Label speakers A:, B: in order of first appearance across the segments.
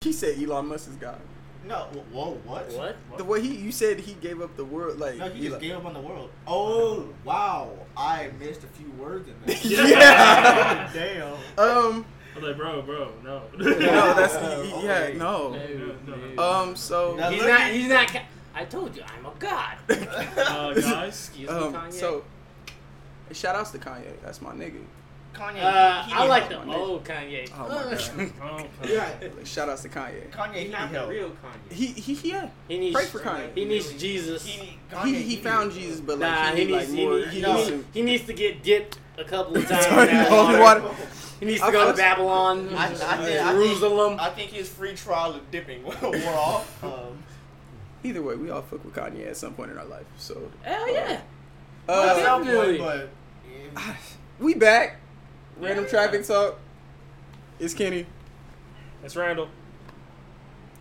A: He said Elon Musk is God.
B: No, wh- whoa, what?
C: What?
A: The way he you said he gave up the world, like
B: No, he
A: Elon-
B: just gave up on the world. Oh wow, I missed a few words in there.
A: yeah.
B: Damn.
A: um.
C: I was like, bro, bro, no.
A: No, that's
B: Oh,
A: yeah.
B: okay.
A: No.
C: no, no.
A: Um. So.
B: Now
C: He's
B: look-
C: not. He's not. Ca- I told you, I'm a god. Uh, guys,
A: Um.
C: excuse me, Kanye.
A: So. Shout outs to Kanye. That's my nigga.
B: Kanye.
C: uh,
B: he
C: I
B: need
C: like
B: help.
A: on
C: the
A: it.
C: old Kanye.
A: Oh my
C: Oh, God.
B: Yeah.
A: Like, shout outs to Kanye.
B: Kanye, he
C: He's
B: need
C: not the
B: help.
C: real Kanye.
A: He he yeah.
C: He needs.
A: Pray for Kanye.
C: He needs Jesus.
B: He need-
A: He
B: Kanye,
A: he
B: need
A: found
B: help.
A: Jesus, but like
C: Nah,
A: he,
C: he
A: need, like
C: needs, he,
A: more.
C: needs,
A: He
C: he,
A: needs
C: needs,
A: some.
C: he needs to get dipped a couple of times.
A: Sorry,
C: in that
A: holy
C: water.
A: water.
C: He needs
A: I-
C: to go
A: I-
C: to Babylon,
B: I- I think- I think-
C: Jerusalem.
B: I think his free trial of dipping wore off. Um,
A: Either way, we all fuck with Kanye at some point in our life. So.
C: Hell yeah.
B: at
A: Uh,
B: some point,
C: definitely.
B: but
A: we back. Random
C: Yeah.
A: traffic talk. It's Kenny.
C: That's Randall.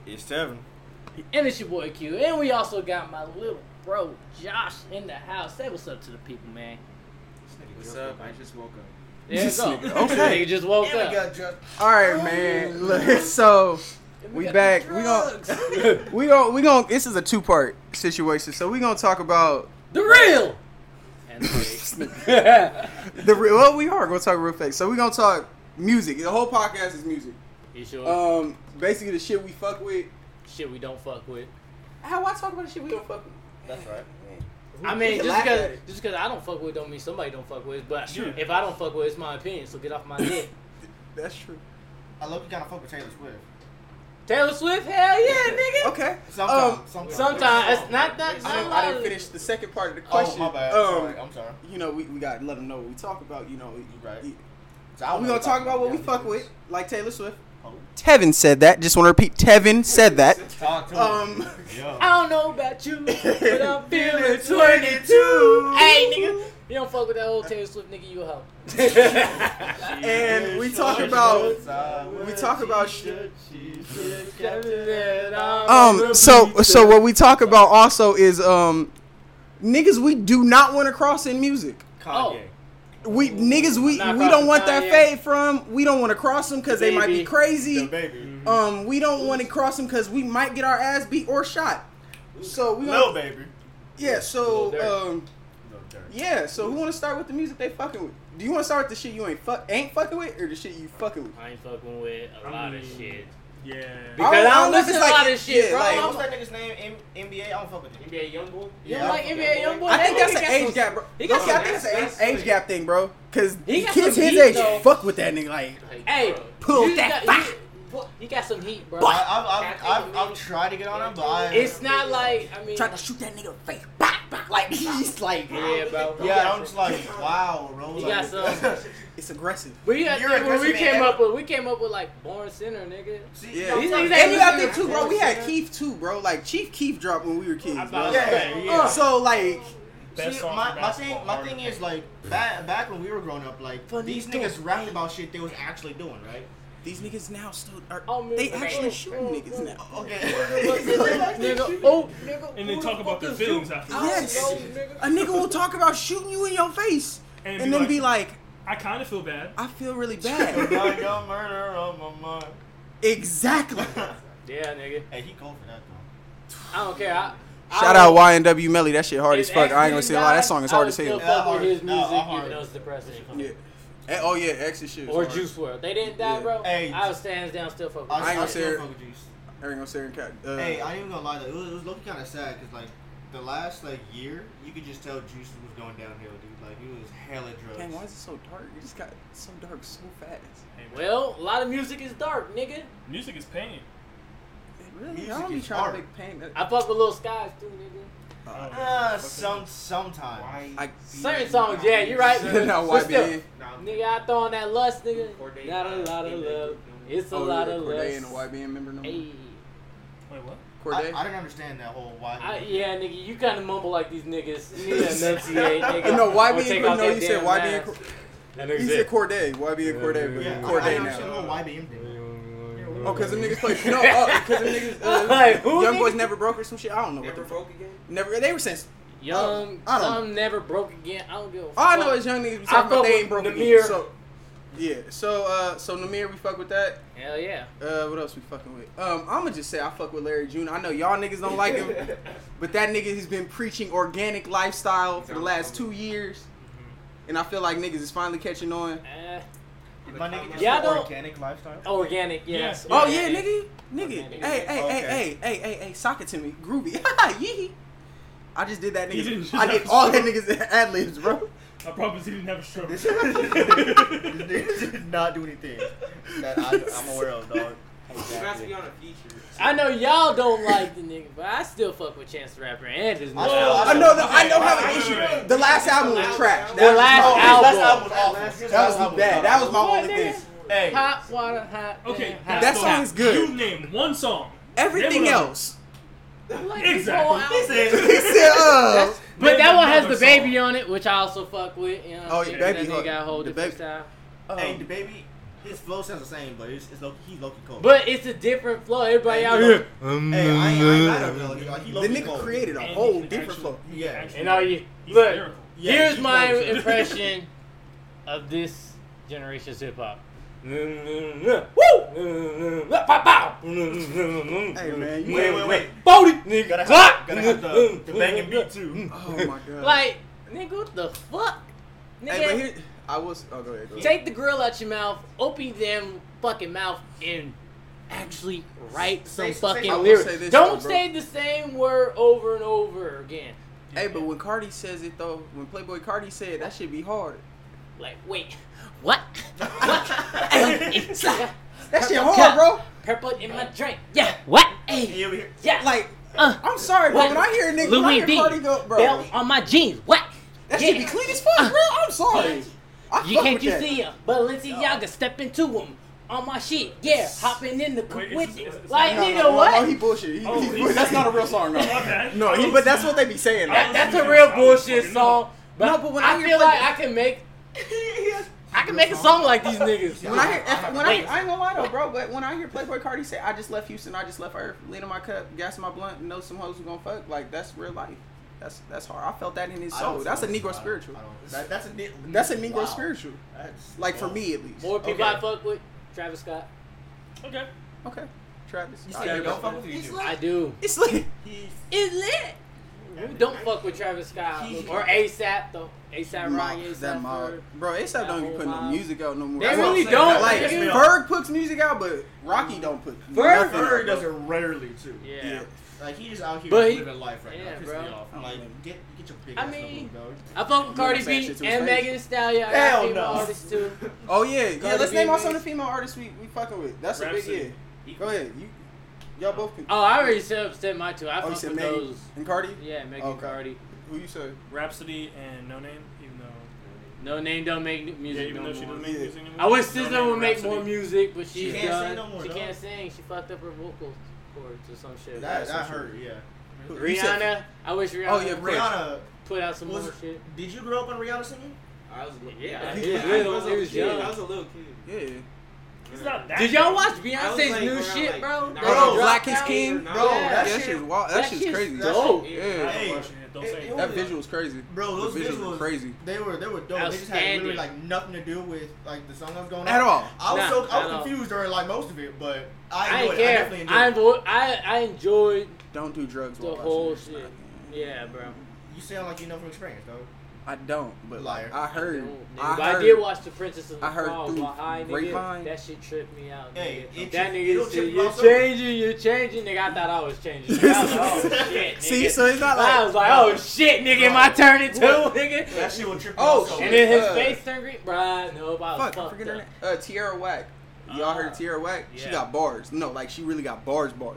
B: it's seven.
C: And it's your boy Q. And we also got my little bro Josh in the house. Say what's up to the people, man.
D: What's up? I just woke up.
C: There you
A: This
C: go.
A: nigga, okay.
C: Nigga just woke
B: And we
C: up.
B: got just
A: All right, man. Look, so we back. We gon' we gon' we gon' This is a two part situation. So we gonna talk about
C: The real. And the fake.
A: the real. Well, we are gonna talk real fake. So we gonna talk music. The whole podcast is music.
C: you sure?
A: Um, basically the shit we fuck with.
C: Shit we don't fuck with.
A: How I talk about the shit we don't fuck with.
B: That's right.
C: I
A: can
C: mean, just
A: laugh
C: because
A: at it.
C: just because I don't fuck with don't mean somebody don't fuck with. But
D: Sure.
C: if I don't fuck with, it's my opinion. So get off my neck.
A: That's true.
B: I love you kind of fuck with Taylor Swift.
C: Taylor Swift, hell yeah, nigga.
A: Okay.
B: Sometimes,
A: Um,
B: sometimes.
C: Sometimes it's not that.
A: I didn't, I didn't finish the second part of the
B: Oh
A: question.
B: my bad.
A: Um,
B: sorry. I'm sorry.
A: you know, we, we gotta let them know what we talk about. You know,
B: right.
A: we
B: So I don't know
A: gonna talk about what we
B: yeah,
A: fuck
B: dude.
A: with, like Taylor Swift.
B: Oh.
A: Tevin said that. Just want to repeat. Tevin said that.
B: Talk to
A: Um,
B: him. Yo.
C: I don't know about you, but I'm feeling 22. hey, nigga, you don't fuck with that old Taylor Swift nigga, you a hoe.
A: And we talk
C: She
A: about
C: knows
A: we talk about sh-
C: Um.
A: um. So so what we talk about also is um, niggas we do not want to cross in music.
B: Kanye.
A: oh. We niggas we
C: Not
A: we don't
C: crossing
A: want that
C: Kanye.
A: fade from. We don't want to cross them because they might be
C: Baby.
B: The
A: crazy.
B: baby.
A: Um, we don't want to cross them because we might get our ass beat or shot. So we gonna,
B: Lil baby.
A: yeah.
C: Lil Durk.
A: So um,
B: Lil Durk.
A: yeah. So who want to start with the music they fucking with? Do you want to start with the shit you ain't fuck ain't fucking with or the shit you fucking with?
C: I ain't fucking with uh, a
D: I
C: lot of
D: mean-
C: shit.
D: Mm, Yeah.
C: Because I
A: don't-
C: don't,
A: I don't
C: listen to
A: listen
C: a lot
A: like-
C: of shit,
A: yeah,
C: bro.
A: like-
B: Like, what's that nigga's name? M- NBA. I don't fuck with him.
C: NBA Youngboy.
B: Yeah,
C: Yeah,
B: I
C: like
B: fuck
C: NBA
B: with
C: Youngboy.
A: I think
C: That
A: that's
C: nigga
A: an
C: got
A: age
C: some-
A: gap, bro.
C: he
A: Look,
C: got
A: I
C: some-
A: think it's
C: that's-
A: an age, age gap thing, bro. Cause
C: He got
A: kids
C: some
A: his
C: heat,
A: age
C: though.
A: fuck with that nigga. Like,
C: Hey,
A: Pull
C: you
A: that
C: got, you- You got some heat, bro.
B: I, I've, I've, I've, I've tried to get on him, but I.
C: It's not like I mean.
A: trying to shoot that nigga face, back, back. Like he's like,
C: Yeah, bro.
B: Yeah, I'm just like, wow, bro.
C: You
B: like,
C: got some-
A: it's aggressive.
C: We got,
B: You're
C: when we
B: aggressive,
C: came
B: man.
C: up with we came up with like Born Center, nigga.
B: See,
A: Yeah,
B: I'm
C: These
B: trying-
C: niggas
A: and you got
C: ain't
A: to too, bro. We had
C: listening.
A: Keith too, bro. Like Chief Keith dropped when we were kids,
D: I'm
A: bro.
D: about
B: Yeah.
D: to say,
B: Yeah.
D: yeah.
A: So like,
D: Best
B: See,
D: song
B: my,
D: for
B: my thing, my
D: basketball,
B: thing
D: hard.
B: is like back back when we were growing up, like
C: Funny
B: these
C: story.
B: niggas rapped about shit they was actually doing, right?
A: these niggas now still are.
C: Oh, man.
A: they actually shooting niggas now.
C: nigga, oh, nigga.
D: And then
C: who
D: talk
C: the
D: about
C: fuck
D: their
C: is
D: feelings
C: you?
D: after.
C: I don't
A: Yes.
C: know,
A: A
C: nigga.
A: nigga will talk about shooting you in your face
D: And,
A: and, then be like,
D: I kind of feel bad.
A: I feel really
C: Oh,
A: bad.
B: like a murder on my mind.
A: exactly.
C: Yeah, nigga.
B: hey, he cold for that though.
C: I don't care. I, I
A: Shout
C: don't-
A: out YNW Melly. That shit hard as
C: if
A: fuck. I ain't gonna
C: X
A: say a lie. That
C: didn't
A: song is
C: die,
A: hard
C: I
A: as hell.
C: would still fuck
B: Yeah,
C: with his
B: hard.
C: music,
B: No, hard.
C: even though it's depressing.
A: Yeah. Eh, Oh yeah, extra shit. was
C: Or
A: hard.
C: Juice WRLD. They didn't die,
A: Yeah.
C: bro.
B: Hey.
C: I was standing down, still fuck with
A: I-
C: it.
A: ain't gonna say
B: still
A: it.
B: fuck with Juice.
A: I ain't gonna say it, cat. Uh,
B: Hey, I ain't even gonna lie though. It was, it was looking kind of sad because like the last like year, you could just tell Juice was going downhill, dude. Like he was hella drugs.
A: Damn, why is it so dark? It just got so dark so fast.
D: Hey, man,
C: Well, a lot of music is dark, nigga.
D: music is pain.
A: It really?
B: Music
A: I don't be
B: is
A: trying
B: art.
A: to make pain.
C: I fuck with Lil Skies too, nigga.
A: Uh,
D: Oh.
B: Uh, some sometimes.
A: I,
C: Certain songs, yeah, you right.
A: now
C: but
A: why
C: still,
A: be
C: Nigga, I throw on that lust, nigga. Not a lot of love. It's a
A: oh,
C: lot
A: yeah,
C: of
A: Cordae and the
C: lust.
A: YBN member number. Uh,
C: Hey.
D: Wait, what?
A: Cordae.
B: I, I didn't understand that whole why.
C: I, yeah, nigga, you kind of mumble like these niggas. You need to enunciate, nigga.
A: no,
C: Or
A: YBN.
C: take
A: No,
C: out
A: no,
C: that
A: you said
C: damn
A: YBN.
C: mask.
A: Cor-
C: That
A: You
C: nigga's
A: said
C: it.
A: Cordae. YBN Cordae, but
B: yeah, I, I
A: Cordae
B: didn't understand the
A: now.
B: whole YBM thing.
A: Oh, cause them niggas play. No, uh, cause them niggas. Uh,
C: Like, who
A: young
C: niggas-
A: boys never broke or some shit. I don't know what the fuck. Never. They were saying.
C: Young,
A: I don't-
C: some never broke again. I don't give a fuck.
A: All I know is young niggas be
C: I
A: talking about
C: fuck
A: they
C: with
A: ain't broke again.
C: Namir.
A: So Yeah. So uh, so Namir, we fuck with that.
C: Hell yeah.
A: Uh, what else we fucking with? Um, I'm gonna just say I fuck with Larry June. I know y'all niggas don't like him, but that nigga has been preaching organic lifestyle for the last two years, and I feel like niggas is finally catching on.
C: Uh,
B: My nigga just
C: Yeah, I
B: said
C: don't-
B: organic lifestyle.
C: organic, yes.
D: Yeah.
A: Oh yeah, nigga, nigga.
C: Okay, nigga.
A: Hey, hey, hey,
B: Okay.
A: hey, hey, hey, hey, sock it to me, groovy. Yee. I just did that
D: He didn't
A: nigga.
D: just
A: I did
D: have
A: all
D: to-
A: that niggas ad libs, bro.
D: I promise he didn't have a stroke.
B: This nigga did not do anything that I, I'm aware of, dog.
E: You about
A: Oh,
E: to be on a feature.
C: I know y'all don't like the nigga, but I still fuck with Chance the Rapper and his new
B: I know-
A: I
C: album.
A: know, that I know how
D: Wait,
A: an
D: wait,
A: issue.
D: wait.
A: The last album was trash.
E: The
A: That was
C: last
A: my only-
C: album.
B: That album was awful.
E: That
A: That was bad. That was my
C: What,
A: only
C: nigga?
A: thing.
B: Hey,
C: Hot water, hot.
D: Okay,
C: damn hot.
D: now,
A: That
D: so
A: song is good.
D: You name one song.
A: Everything
D: Name another.
A: else.
C: Like this whole
D: Exactly.
C: album.
A: He said, uh,
C: That's- But
D: Name
C: that one has
D: another
C: the baby
D: song.
C: on it, which I also fuck with. You know,
A: Oh,
C: yeah,
A: yeah, Baby
C: that nigga
A: hook.
C: got a whole
A: The
C: different
A: baby-
C: style.
A: um,
B: hey, the baby, his flow sounds the same, but it's, it's low, he's low-key cold.
C: But it's a different flow. Everybody out
A: yeah.
C: there.
B: hey, I ain't, I ain't mad at him, though. Like, he
A: the
B: low-key
A: nigga
B: cold.
A: created a
D: And
A: whole
D: he can
A: different
D: actually-
A: flow.
D: he can
B: Yeah.
D: actually-
C: And all you
D: he's
C: look.
D: lyrical.
B: Yeah,
C: here's
B: he
C: my
B: knows it.
C: impression of this generation's hip hop.
A: Hey man, you
B: Wait, wait, wait.
C: Body,
B: Gotta
C: nigga,
B: have-
C: clock.
B: gotta have the, the banging beat, too.
A: Oh my god.
C: Like, nigga, what the fuck? Nigga,
A: hey, but here, I was. Oh, go ahead. Go ahead.
C: take the grill out your mouth, open them fucking mouth, and actually write some
B: Say- say-
C: fucking
B: I will
C: lyrics.
A: say this,
C: Don't
A: though, bro.
C: say the same word over and over again.
A: Hey, but when Cardi says it though, when Playboy Cardi said that should be hard.
C: Like, wait, what? what? It's like
A: That shit
C: Yeah.
A: hard, bro.
C: Purple in my drink. Yeah, what? Hey,
B: He over here.
C: yeah,
A: Like,
C: uh,
A: I'm sorry, bro.
C: What?
A: When I hear a nigga, when I
C: Louis
A: hear
C: V.
A: Cardi go, bro,
C: Belt on my jeans. What?
A: that
C: Yeah.
A: should be clean as fuck, bro. I'm sorry. I
C: You
A: fuck
C: can't
A: with
C: you
A: that.
C: see him? Balenciaga step into him on my shit. Yeah, hopping in the coupe
D: Wait,
C: with
D: is-
C: it.
D: is- is-
C: like
A: No, no,
C: nigga,
A: no,
C: what?
A: No, he bullshit. He,
D: Oh,
A: he-
D: he-
A: that's not a real song,
D: My
A: no.
D: bad.
A: No, he, but that's what they be saying.
C: That-
A: Like,
D: I
C: that's a
D: was-
C: real
D: I was
C: bullshit
D: fucking
C: song.
D: up.
C: But,
A: No, but when I
C: I,
A: hear
C: feel
A: Frank-
C: like I can make, I can make a song like these niggas.
A: when I hear, if, when I,
C: Wait.
A: I ain't gonna lie though, bro. But when I hear Playboy Cardi say, "I just left Houston, I just left Earth, lean in my cup, gas in my blunt, know some hoes who gonna fuck," like that's real life. That's that's hard. I felt that in his
B: I don't
A: soul. That's a
B: feel this. I
A: Negro
B: don't-
A: spiritual.
B: I don't- that- That's a ne-
A: That's a Negro
B: wow.
A: spiritual.
B: That's-
A: Like for
B: wow.
A: me at least.
C: More people
B: Okay.
C: I fuck with, Travis Scott.
D: Okay.
A: Oh, Okay, Travis.
B: You
A: I
B: said
A: hear that.
B: don't fuck with you.
A: It's
B: dude.
A: lit.
C: I do.
A: It's lit.
B: He's-
C: It's lit. Who don't fuck with Travis Scott
B: He-
C: or ASAP though? ASAP Rocky,
A: Mob, that
C: ASAP
A: mob.
C: Ferg.
A: Bro, ASAP don't be
C: whole
A: putting no
C: mob.
A: music out no more.
C: They
A: That's
C: really
A: what I'm
C: don't.
A: saying.
C: They
A: Like
C: really Mm.
A: Ferg puts music out, but Rocky don't put.
C: Ferg-
A: nothing out,
B: Ferg
A: bro.
B: does it rarely too.
C: Yeah.
A: Yeah.
B: Like he just out here
C: But he-
B: living life right
C: yeah,
B: now. Pissed
C: bro.
B: me off. I'm like, get get your big
C: I
B: ass
C: mean-
B: up, dog.
C: I fuck with
A: You
C: Cardi
A: wanna say
C: B
A: shit to his
C: and
A: face?
C: Megan Thee Stallion. I got
B: Hell
C: female
B: no.
C: artists too.
A: Oh yeah, yeah.
C: Cardi
A: Let's
C: B,
A: name off some
C: man.
A: of the female artists we we fucking with. That's a big
D: Rhapsody.
A: yeah. Go ahead. You y'all both. Can,
C: Oh, I already said said my two. I
A: oh, you
C: fuck
A: said
C: with
A: Megan
C: those.
A: and Cardi.
C: Yeah, Megan
A: Okay.
C: Cardi.
A: Who you said?
D: Rhapsody and No Name, even though.
C: No name don't make n- music.
D: yeah, even
C: no
D: though she
C: more.
D: doesn't
A: Yeah.
D: make music anymore.
C: I wish
D: No
C: SZA
D: Name,
C: would make
D: Rhapsody.
C: more music, but she's
B: can't
C: done.
B: sing no more,
C: she
B: dog.
C: can't sing. She fucked up her vocal cords or some shit.
B: That that
A: That's
B: hurt. Yeah.
A: Who- you said-
C: Rihanna. I wish Rihanna
A: Oh, yeah,
C: would
B: Rihanna.
C: put out some more
B: Was-
C: shit.
B: Did you grow up on Rihanna singing?
E: I was
C: Yeah,
E: yeah.
A: he was
E: I
A: little,
E: was a
C: he was
E: kid.
C: young.
E: I was a little kid.
A: Yeah.
D: It's not that.
C: Did y'all
D: bad.
C: watch
E: I was
C: Beyonce's
E: like,
C: new
E: around,
C: shit,
E: like,
C: bro?
E: nine
A: Bro,
C: That she
A: Black
C: dropped
A: is
C: out?
A: King.
E: Nah,
A: Bro,
C: yeah.
A: that
B: that
A: shit
B: shit-
A: is wild. That,
C: that
A: shit's
C: shit's
A: crazy.
C: dope.
D: I
A: Yeah.
D: haven't
B: Hey,
D: watched it. Don't
B: it-
D: say
B: it
D: it.
C: oh,
A: That visual's crazy.
B: Bro, those
A: the visuals
B: visuals
A: are crazy.
B: They were they were dope. They just had literally
C: Outstanding.
B: like nothing to do with like the song that was going on
A: At all.
B: I was
C: Nah,
B: so I
C: at all.
B: was confused during like most of it, but I
C: I
B: enjoyed
C: didn't
B: it. I
C: care.
B: definitely enjoyed
C: I
B: it.
C: enjoyed. I I enjoyed
A: Don't do drugs.
C: the
A: while watching
C: whole
A: this.
C: shit. Yeah, bro.
B: You sound like you know from experience, though.
A: I don't, but
B: Liar.
A: like I heard,
C: Nigga,
A: I
C: but
A: heard.
C: I did watch The Princess of the
A: I heard
C: Falls
A: through
C: while high, nigga.
A: grapevine.
C: That shit tripped me out, nigga.
B: Hey, it
C: that
B: just- it'll
C: nigga
B: trip
C: said,
B: you
C: you're
B: off, sir."
C: changing, you're changing. Nigga, I thought I was changing. Nigga. I was like, oh, shit, nigga.
A: See, so it's not like
C: I was like, oh, shit, nigga, am I turning too,
D: Uh,
A: What?
C: nigga?
B: That shit will trip.
A: Oh,
B: you out so
C: And
A: it-
B: much.
C: then his
A: Uh,
C: face turned green. Bro, I know about
A: fuck, I
C: fucked
A: forget
C: up.
A: her name. Uh, Tierra Whack. Y'all heard
C: Ah.
A: Tierra Whack? She
C: Yeah.
A: got bars. No, like she really got bars, bars.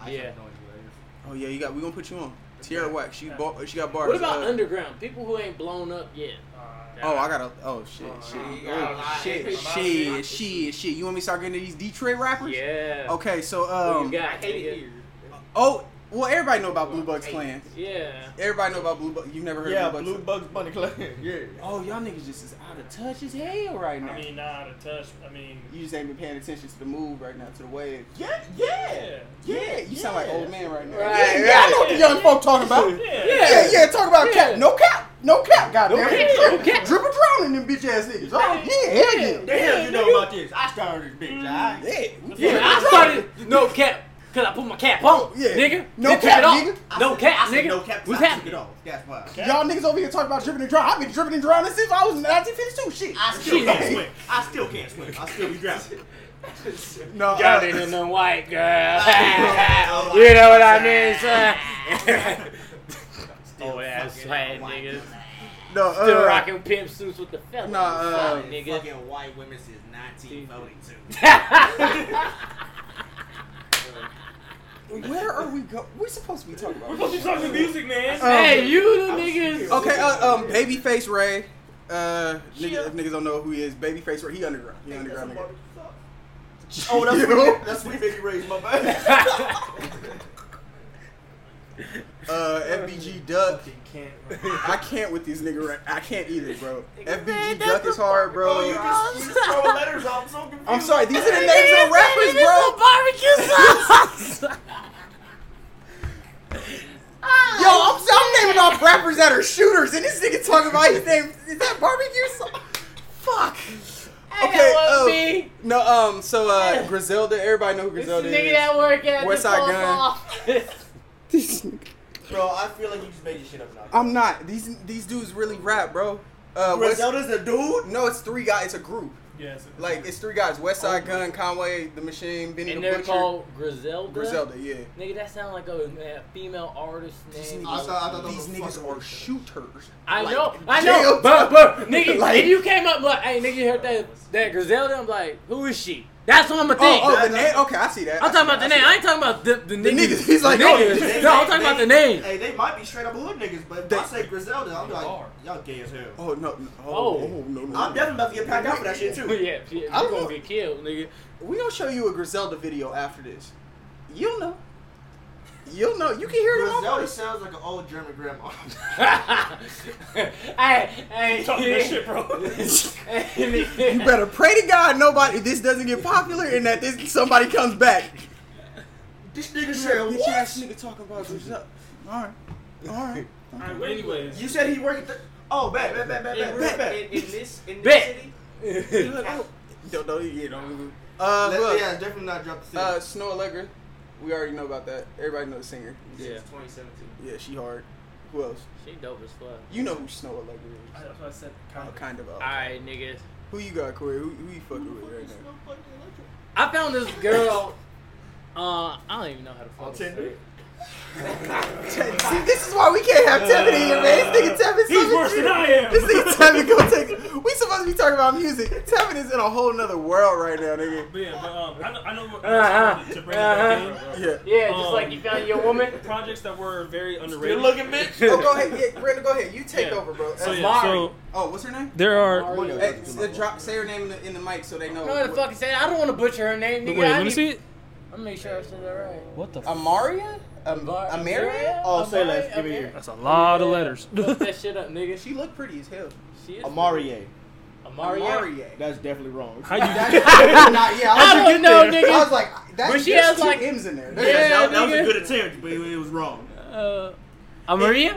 B: I
C: Yeah.
B: fucking know it's hilarious.
A: Oh yeah, you got. We gonna put you on. Tierra
D: Okay.
A: Whack. She
D: Yeah.
A: bar, She got bars.
C: What about
A: Uh,
C: underground? People who ain't blown up yet.
D: Uh,
A: Oh, I gotta. Oh shit,
D: Oh,
A: shit,
D: you
E: gotta
A: oh,
E: lie.
A: shit,
E: It's
A: shit,
E: about-
A: shit, shit. You want me to start getting to these Detroit rappers?
C: Yeah.
A: Okay, so
C: Who you
A: um.
E: I
C: got,
E: hate
C: nigga?
E: it here.
A: Oh, well, everybody know about Blue Bugs Clan.
C: Yeah.
A: Everybody know about Blue Bugs. You've never heard
B: Yeah,
A: of Blue
B: Blue
A: Bugs?
B: Bugs Bunny Clan. Yeah.
A: Oh, y'all niggas just is out of touch as hell right now.
D: I mean, not out of touch. I mean,
A: you just ain't been paying attention to the move right now, to the wave.
B: Yeah, yeah.
D: yeah.
A: Yeah, you sound like old man right now.
C: Right,
A: yeah, yeah, I
C: right.
A: know what the young folk talking about.
D: Yeah.
A: Yeah, yeah, talk about
C: Yeah.
A: cap. No cap. No cap, goddamn
C: cap,
A: it.
C: no cap.
A: Drip a drone in them them bitch ass niggas. Oh yeah, hell yeah.
B: Damn, you know about this. I started this bitch. I,
A: Yeah, we
D: Yeah,
C: Yeah,
A: did.
C: I started no cap because I put my cap on.
A: Yeah.
C: nigga.
A: No
C: Then took
A: cap,
C: it off.
A: nigga.
B: I
C: No
B: said-
C: cap,
B: I said
C: nigga.
B: No cap. 'cause
C: What's
B: I took
C: happening?
B: it off. That's why.
A: Y'all niggas over here talking about dripping and drowning. I've been dripping and drowning since I was in 1952. Shit.
B: I still can't
A: Shit.
B: swim. I still can't swim. I still be drowning.
A: No,
C: Got
A: uh,
C: it in the white girl. you know what I mean, son?
B: Still
C: Old ass
B: fucking
C: swag
B: white
C: niggas.
B: women.
A: no, uh,
C: Still rocking pimp suits with the feathers.
A: Nah, uh,
C: son, nigga.
B: Fucking white women since 1942.
A: Where are we go? We're supposed to be talking
D: We're
A: about.
D: supposed to be talking music, man.
A: Uh,
C: hey, you the niggas.
A: Okay, uh, um, Babyface Ray. Uh, niggas,
C: Yeah.
A: if niggas don't know who he is, Babyface Ray, he underground. He underground nigga.
B: Oh, that's
A: You?
B: when, that's when Baby raised my back.
A: Uh, FBG Duck.
D: Fucking can't. man.
A: I can't with these nigga. Right? I can't either, bro.
C: Man,
A: FBG
C: that's
A: Duck is hard, bro.
B: Oh, you just, you just throw letters out. I'm so confused.
A: I'm sorry, these are the names of the rappers, bro.
C: bro.
A: Yo, I'm, I'm naming off rappers that are shooters, and this nigga talking about his name. Is that barbecue sauce? Fuck. Okay,
C: that was
A: uh,
C: me.
A: No, um, so uh, Griselda, everybody know who
C: This
A: Griselda
C: the nigga
A: is.
C: that work at
A: West
C: the
A: Side
C: post
A: Gun.
C: office.
B: Bro, I feel like you just made this shit up now.
A: I'm not. These these dudes really rap, bro. Uh, West-
B: Griselda's a dude?
A: no, it's three guys. It's a group.
D: Yes.
A: Like it's three guys: West Side Gun, Conway, The Machine, Benny
C: Oh. and
A: the
C: they're
A: Butcher,
C: called Griselda.
A: Griselda. Yeah.
C: Nigga, that sound like a uh, female artist
A: These
C: name.
A: niggas,
B: I thought- I thought those
A: these
B: were
A: niggas
B: fucking
A: are
B: rappers.
A: shooters.
C: I
A: Like,
C: know, I
A: jail
C: know, but
A: time.
C: but nigga,
A: Like-
C: if you came up like, hey nigga, you heard that that Griselda? I'm like, who is she? That's what I'm gonna
A: Oh,
C: think.
A: oh, the
B: That-
A: name. Okay, I see that.
C: I'm
A: I
C: talking
A: see
C: about the
A: that,
C: name. I ain't talking about the the,
A: niggas. He's like,
C: The
A: oh,
C: niggas.
A: they-
C: no, I'm talking about the name.
B: Hey, they might be straight up hood niggas, but if
A: They-
B: I say Griselda, I'm
E: They
B: like,
E: are.
B: y'all gay as hell.
A: I see that. Oh no! no.
C: Oh.
A: Oh, oh no! no, no.
B: I'm definitely about to get packed out for that shit, too.
C: yeah, yeah, you
A: I don't
C: gonna
A: know.
C: get killed, nigga.
A: We gonna show you a Griselda video after this. You'll know. You'll know. You can hear it on my
B: Griselda
A: voice.
B: sounds like an old German grandma.
C: hey, hey,
D: Talking that shit, bro.
C: hey, nigga.
A: You better pray to God nobody this doesn't get popular and that this somebody comes back.
B: this nigga said,
A: Bitch
B: what?
A: ass nigga talking about Griselda. All right, all right.
E: Alright, well, anyways.
B: You said he worked at the... Oh, bet, bet, bet, bet,
E: in,
B: bet,
E: real,
B: bet,
E: in,
B: bet.
E: in this in this
C: Bet.
E: city,
A: Don't don't yeah, don't. Uh,
B: Let-
A: who else?
B: Yeah, definitely not drop the city.
A: uh, Snow Allegra. We already know about that. Everybody knows the singer.
C: Yeah.
E: since 2017.
A: Yeah, she hard. Who else?
C: She dope as fuck.
A: You know who Snow Allegra is.
D: That's what I said.
A: Oh, kind of. uh,
C: Alright, niggas.
A: Who you got, Corey? Who, who you fucking with right now?
C: I found this girl. Uh, I don't even know how to fucking say it.
A: See, this is why we can't have Tevin in here, man. This nigga Tevin.
D: He's worse than I am.
A: This nigga Tevin gonna take. We supposed to be talking about music. Tevin is in a whole nother world right now, nigga.
D: But yeah, but um, I know, I know what,
C: Uh-huh.
D: to bring it back in.
C: Uh-huh.
A: Yeah.
C: Yeah, just
D: Um,
C: like you found your woman.
D: Projects that were very
B: Good
D: underrated.
B: looking bitch.
A: Oh, go ahead, yeah, Brandon. Go ahead. You take
D: Yeah.
A: over, bro.
D: So
A: Uh,
D: yeah,
C: Mari.
D: so
A: Oh, what's her name?
D: there are.
C: Mario.
A: Hey, s- uh, drop, say her name in the, in the mic so they know.
C: I don't know how to
A: what-
C: fucking say it. I don't want to butcher her name.
D: Wait,
C: Nigga.
D: let
C: I
D: me
C: need-
D: see it.
C: Let me make sure I said that right.
D: What the? F-
A: Amaria? Um,
C: Bar-
A: Amaria?
C: Amaria?
B: Oh, say less. Give
C: Amari-
B: me
C: Amari-
B: here.
D: That's a lot of letters.
C: Fuck that shit up, nigga. She,
A: She looked pretty as hell.
C: she is.
B: Amarie.
C: Amari.
B: That's definitely wrong.
D: How you?
A: That's not, yeah,
C: I
A: I was,
C: don't know,
A: I was
C: nigga.
A: like, that,
C: But she
A: there's
C: has,
A: two
C: like-
A: M's in there.
C: Yeah,
B: that, that was
C: nigga.
B: a good attempt, but it, it was wrong.
D: Uh,
C: Amaria?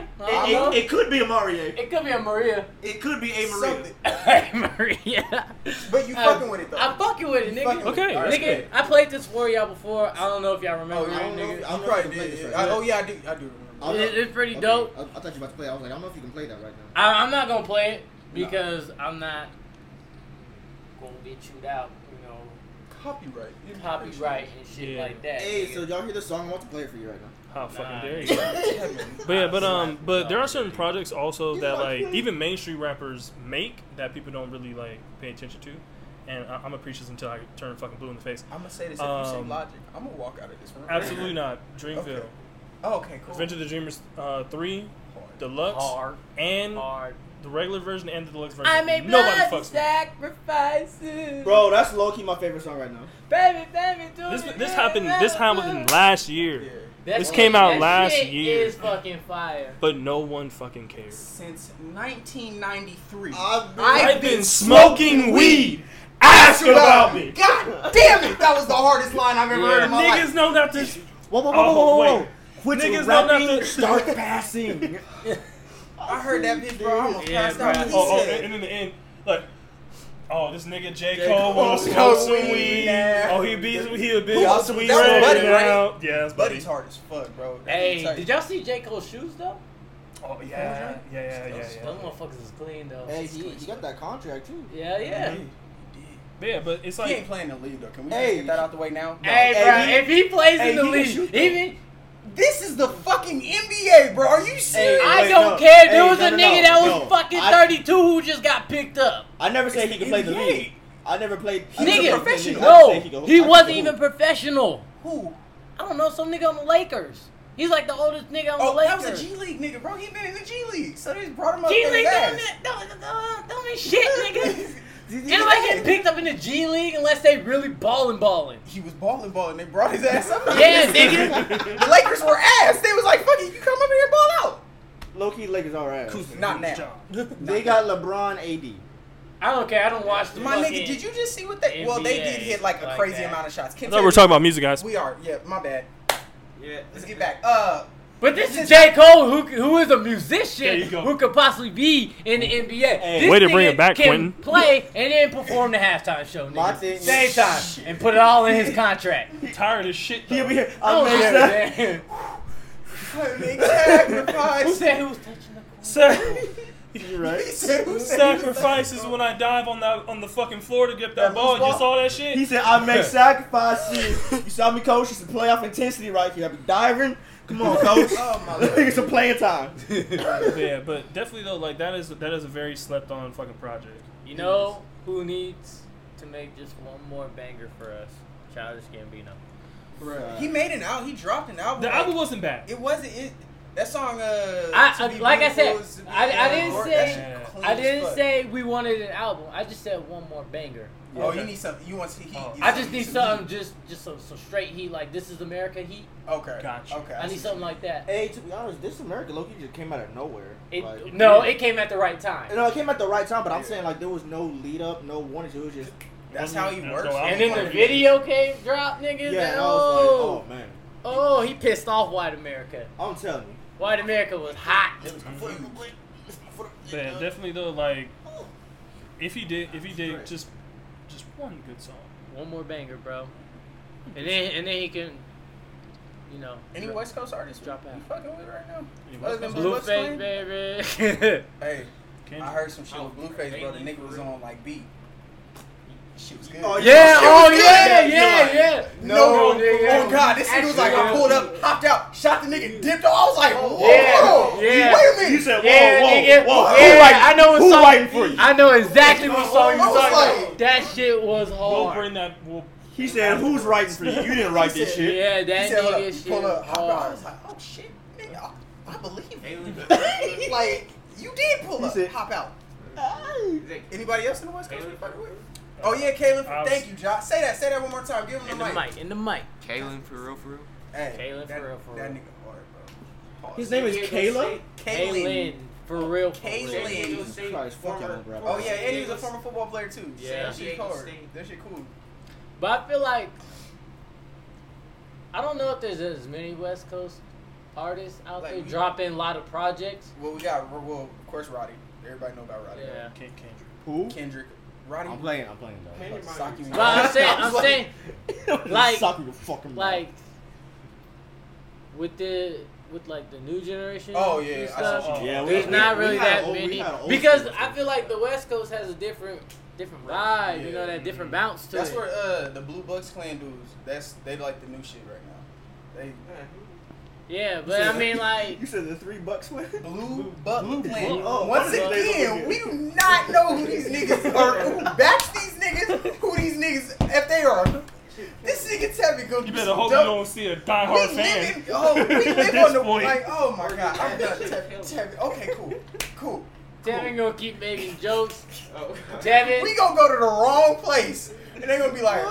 B: It,
C: I don't
F: Uh-huh.
B: it,
C: know.
B: it could be a Mario.
C: It could be a Maria.
B: It could be a Maria.
A: Something.
C: Maria.
A: But you
C: Uh,
A: fucking with it though.
C: I'm fucking with it, nigga.
A: Fucking with it.
D: Okay,
A: Alright.
D: that's
C: Nigga, I played this for y'all before. I don't know if y'all remember
A: Oh,
C: it,
A: I don't know.
C: nigga.
A: if-
F: I
A: I
F: don't know
A: probably
F: if you
A: did.
F: played this
A: I,
F: right.
A: oh yeah, I do. I do remember.
F: I don't
C: It-
F: know.
C: it's pretty
F: Okay,
C: dope.
F: I, I thought you were about to play. I was like, I don't know if you can play that right now.
C: I, I'm not gonna play it because I'm not gonna get chewed out, you know,
A: Copyright.
C: copyright and shit
D: Yeah.
C: like that.
F: Hey,
C: nigga.
F: so y'all hear the song? I want to play it for you right now.
D: how
C: Nah.
D: fucking dare you? But yeah, but um, but there are certain projects also that like even mainstream rappers make that people don't really like pay attention to, and I- I'm gonna preach this until I turn fucking blue in the face.
A: I'm gonna say this if you say
D: Um,
A: logic. I'm gonna walk out of this room.
D: Absolutely not. Dreamville,
A: Okay. Oh, okay, cool.
D: Adventure of the Dreamers, uh, three,
A: Hard.
D: deluxe,
C: hard,
D: and
C: hard.
D: the regular version and the deluxe version.
C: I make
D: Nobody
C: blood
D: fucks with.
C: sacrifices,
B: Bro, that's low key my favorite song right now.
C: Baby, baby, do
D: This
C: me, baby,
D: this happened this
C: baby.
D: happened last year,
A: Yeah.
C: That
D: this
C: shit-
D: came out
C: that
D: last
C: shit
D: year.
C: Is fucking fire.
D: but no one fucking cares.
A: Since 1993.
F: I've been-
A: I've been smoking weed.
D: Ask
A: about me. God damn it! That was the hardest line I've ever heard in my life.
D: Niggas know not to.
B: Whoa, whoa,
D: Oh, wait.
B: Quit
D: Niggas
B: your
D: don't have
B: rapping,
D: to-
B: start passing.
A: I heard that bitch, bro. I almost
C: Yeah,
A: passed out.
C: bro.
A: when he
D: Oh, oh,
A: said-
D: and in the end, Look. Oh, this nigga J.
A: J.
D: Cole wants to
A: Cole
D: smoke some
A: weed
D: weed.
A: now.
D: Oh, he be he a
A: Who
D: big
A: else-
D: weed
A: that was
D: right
A: Buddy, right?
D: now. Yeah, that's buddy.
A: Buddy's hard as fuck, bro. That dude's
C: Hey,
A: tight.
C: did y'all see J. Cole's shoes though?
D: Oh yeah, yeah, yeah, yeah,
C: Those,
D: yeah.
C: those motherfuckers is clean though.
F: Hey, he, he got that contract too.
C: Yeah, yeah.
D: But yeah, but it's
A: He ain't
D: like
A: playing the league though. Can we
F: Hey.
A: just get that out the way now?
C: Hey, bro,
A: he-
C: if he plays
A: hey,
C: in the
A: he can
C: league,
A: shoot, though.
C: even
A: This is the fucking NBA, bro. Are you serious?
C: I
B: wait,
C: don't
B: no.
C: care. There
B: Hey,
C: was
B: no,
C: a
B: no,
C: nigga
B: no,
C: that was
B: no.
C: fucking
B: I-
C: 32 who just got picked up.
B: I never said he could play the
A: It's
B: league. I never played. I never
A: a
B: played
C: nigga,
B: the league.
A: professional.
B: I
C: no,
B: said could hoop.
C: he
B: I said
C: wasn't
B: could
C: even
B: hoop.
C: professional.
A: Who?
C: I don't know some nigga on the Lakers. He's like the oldest nigga on
A: Oh,
C: the
A: that
C: Lakers.
A: was a G League nigga, bro. He been in the G League, so they just brought him up.
C: G
A: there
C: League
A: his
C: don't,
A: ass.
C: don't, don't, don't mean shit, nigga.
A: Did he-
C: Ain't nobody getting picked up in the G League unless they really ballin' ballin'.
A: He was balling, balling. They brought his ass up.
C: Yeah, nigga.
A: The Lakers were ass. They was like, "Fuck it, you come up here and ball out."
B: Low key Lakers are ass.
A: Not now.
B: They got LeBron AD.
C: I don't care. I don't watch the
A: My
C: fucking-
A: nigga, did you just see what they? Well, they
C: NBA
A: did hit like a
C: like
A: crazy
C: that.
A: amount of shots.
D: I
A: Can
D: thought we were talking about music, guys.
A: We are. Yeah, my bad.
E: Yeah.
A: Let's get back. Uh,
C: But this is J. Cole, who who is a musician,
D: There you go.
C: who could possibly be in the NBA. this
D: Way to bring
C: nigga
D: it back,
C: can
D: Quentin.
C: Play and then perform the halftime show,
B: My
C: nigga.
B: thing-
C: Same time and put it all in his contract.
D: I'm tired of this shit.
B: He'll
D: though.
B: be here.
C: I
F: Oh,
B: I'll
C: don't
B: make
C: care,
B: sure.
C: man. Who
A: sacrifice.
C: said who was touching the court?
D: Sa-
B: You're right.
A: He said, "Who said he was
D: sacrifices when I dive on that on the fucking floor to get that
B: That
D: ball.
B: loose ball.
D: You saw that shit.
B: He said, I make sacrifices. You saw me, coach. It's some playoff intensity right here. I be diving. Come on, coach.
A: Oh, my
B: I think it's some playing time.
D: yeah, but definitely though, like that is that is a very slept on fucking project.
C: You know who needs to make just one more banger for us? Childish Gambino.
A: Bruh. He made an album. He dropped an album.
D: The album wasn't bad.
A: It wasn't. It, that song. Uh,
C: I-
A: To
C: I-
A: Be
C: like I
A: Beautiful
C: said,
A: is to be
C: I- I didn't
A: ignored.
C: say-
A: That shit clean
C: I
A: as
C: didn't
A: fuck.
C: say we wanted an album. I just said one more banger.
A: Oh, you need something. You want to heat?
D: Oh.
A: you
C: I
A: some-
C: just
A: you
C: need
A: some
C: something
A: heat.
C: just just some, some straight heat like this is America heat.
A: Okay.
D: Gotcha.
A: Okay.
C: I need something like that.
B: Hey, to be honest, this America Loki just came out of nowhere.
C: It,
B: like,
C: no, it came at the right time.
B: No, it came at the right time, but I'm
A: Yeah.
B: saying like there was no lead up, no warning. to It It was just
A: That's how he
D: That's
A: works.
D: no
C: And
D: album.
C: then the video came drop, nigga.
B: yeah. And I was
C: oh,
B: like, oh man,
C: oh, he pissed off white America.
B: I'm telling you,
C: White America was hot.
D: But yeah, definitely though, like if he did, if he did, just just one good song.
C: One more banger, bro. And then and then he can, you know,
A: Any West Coast artist
C: Drop
A: drop
C: out.
A: out. You fucking with right now?
D: Any
A: Other
D: West
A: than
D: Coast
A: What's
C: Blueface
A: playing?
C: baby.
A: Hey,
D: Kendrick.
A: I heard some shit with
E: Oh,
A: Blueface, bro. The
E: Bailey,
A: nigga
E: for
A: was
E: real.
A: on like beat. Shit was good.
B: Oh,
C: yeah, oh
A: Shit was
C: yeah,
A: good.
C: yeah, yeah.
A: No,
C: No, nigga.
A: oh god, this nigga was like, I
C: Actually,
A: pulled up, hopped out, shot the nigga, dipped off. I was like, whoa,
C: Yeah, yeah.
A: wait a minute.
B: you said whoa,
C: Yeah,
B: whoa,
C: nigga.
B: whoa.
C: Yeah,
B: who writing,
C: I know what
B: who
C: song-
B: writing for you.
C: I know exactly what song you
A: I was
C: talking
A: like-
C: about. That shit was
D: We'll
C: hard.
D: bring that. We'll.
B: he said, who's writing for you? You didn't write
A: He
B: this
A: said,
B: shit.
C: Yeah,
A: He
C: that
A: said, hold
C: nigga
A: up,
C: shit
A: pull up, hopped out. I
C: hard.
A: was like, oh shit, nigga, I, I believe
E: Bailey.
A: it. like, you did pull
B: He
A: up,
B: said-
A: hop out.
E: Is it-
A: Anybody else in the West Coast? we
E: Caleb.
A: fucking with? Oh yeah, Caleb.
D: I was-
A: Thank you, Josh. Say that. Say that one more time. Give him the,
C: In Uh, the mic, in the mic.
E: Kalen for real, for real.
A: Hey,
C: Caleb,
A: that,
C: for real, for
A: that
C: real.
A: nigga hard, bro. Pause.
B: His name is Kayla.
A: Kalen.
C: for real. For
A: Kalen.
C: real.
B: Christ, fuck y'all, bro.
A: Oh yeah, and he was a former football player too.
C: Yeah.
A: Yeah, shit hard. That shit cool.
C: But I feel like I don't know if there's as many West Coast artists out
A: Like,
C: there
A: we-
C: dropping a lot of projects.
A: Well, we got well, of course, Roddy. Everybody know about Roddy.
C: Yeah.
D: Ken- Kendrick.
B: Who?
A: Kendrick, Roddy.
B: I'm playing. I'm playing though.
A: Sock you.
C: But I'm saying,
B: I
C: I'm
B: was like-
C: saying, Like-
B: Sock your fucking mouth.
C: like with the with like the new generation.
A: Oh, yeah,
C: and
A: I
C: stuff,
D: see what you-
B: yeah, we-
C: there's
B: we-
C: not
B: we
C: really
B: had
C: that
B: old- we
C: many
B: had old
C: because
B: school.
C: I feel like the West Coast has a different different vibe. You
A: Yeah.
C: know that different bounce
A: Mm-hmm.
C: to
A: That's
C: it.
A: where uh the Blue Bucks clan dudes. That's they like the new shit right now. They
C: yeah, but I mean like.
B: you said the three bucks went.
A: Blue Buck
B: Blue
A: Clan.
B: Buck. Oh,
A: Once
B: what is
A: again,
B: that?
A: we do not know who these niggas are, who backs these niggas, who these niggas, if they are. This nigga Tevin go
D: You
A: do
D: better
A: some
D: hope you
A: dumb-
D: don't see a diehard
A: we
D: fan.
A: live in, oh, we
D: At
A: live
D: this
A: on the,
D: point.
A: like, oh my god, I'm done, Tevin, Tevin, okay, cool, cool.
C: Tevin gonna keep making jokes.
E: Oh,
A: We
C: Tevin,
A: gonna go to the wrong place, and they gonna be like,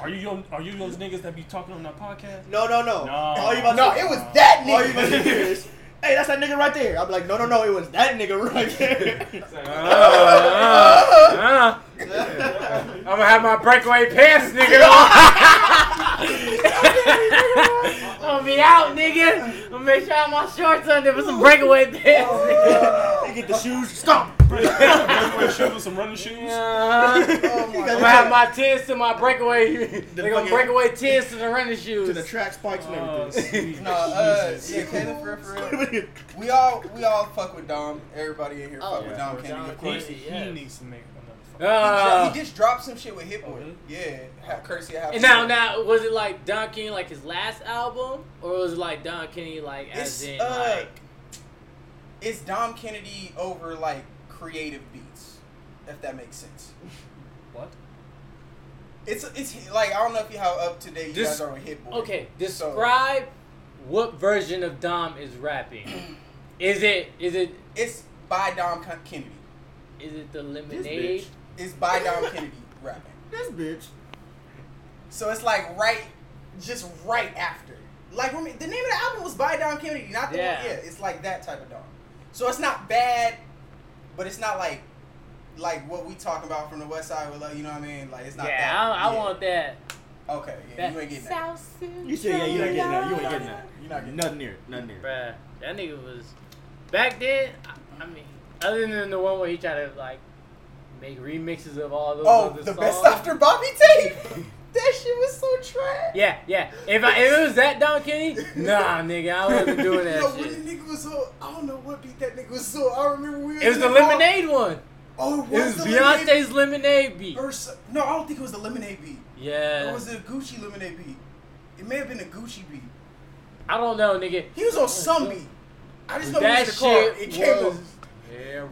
D: Are you yo- are you those niggas that be talking on that podcast?
B: No, no, no.
D: No.
B: All you about
A: no,
B: to,
A: it was that
B: all you about to
A: nigga.
B: hear is, hey, that's that nigga right there. I'm like, no, no, no, it was that nigga right there.
E: It's like,
C: uh, I'm gonna have my breakaway pants, nigga. I'm gonna be out, nigga. I'm gonna make sure I have my shorts under with some breakaway pants. Nigga.
B: he get the shoes. Stomp.
D: Wear shoes with some running shoes.
A: Oh
C: Uh-huh.
B: You
C: I'm
B: gotta
C: gonna have my tens to my breakaway. They're gonna
B: fucking-
C: breakaway tens to the running
B: to
C: shoes.
B: the track spikes and
D: Oh,
B: everything.
D: sweet
A: No, uh,
D: Jesus.
A: yeah, Caleb for real, for real. We all we all fuck with Dom. Everybody in here
C: Oh,
A: fuck with Dom Kennedy, of
D: He,
A: course.
D: he
C: Yes.
D: needs to make another.
C: Uh, Mm-hmm.
A: he just dropped some shit with Hit Boy.
D: Mhm.
A: Yeah, have courtesy of half.
C: and now, now, was it like Don King, like his last album, or was it like Don King, like as
A: it's
C: in
A: uh,
C: like?
A: it's Dom Kennedy over like creative beats, if that makes sense.
D: What?
A: It's it's like I don't know if you how up to date you
C: This-
A: guys are on Hit Boy.
C: Okay, describe what version of Dom is rapping. Is it is it
A: It's by Dom Ken- Kennedy.
C: is it the lemonade?
A: It's by Dom Kennedy rapping.
B: This bitch.
A: So it's like right, just right after. Like remember, the name of the album was by Don Kennedy, not the
C: Yeah.
A: one. Yeah, it's like that type of Don. So it's not bad, but it's not like like what we talking about from the West Side with love. You know what I mean? Like it's
C: Yeah,
A: not. that.
C: I, I
A: Yeah.
C: want that.
A: Okay, yeah,
C: that
A: you ain't getting that.
C: South
B: You said yeah, you ain't getting that. You ain't
A: You're
B: getting
A: not
B: that.
A: You're not getting that.
B: Nothing near. Nothing near.
C: Bruh, that nigga was back then. I, I mean, other than the one where he tried to like make remixes of all those.
A: Oh,
C: other
A: the
C: songs.
A: best after Bobby Tape. that shit was so trash.
C: Yeah, yeah. If I if it was that Don Kenny, nah, nigga, I wasn't doing that
A: Yo, when
C: shit.
A: the nigga was so, I don't know what beat that nigga was so. I remember we. was
C: It was
A: in
C: the
A: mall-
C: lemonade one.
A: Oh, it
C: It was Beyonce's lemonade beat.
A: Or so, no, I don't think it was the lemonade beat. Or
C: Yeah,
A: was it a Gucci lemonade beat? It may have been a Gucci beat.
C: I don't know, nigga.
A: He was on some beat. I just know he
C: That
A: was in the car. It
C: shit
A: came
C: was.
A: up.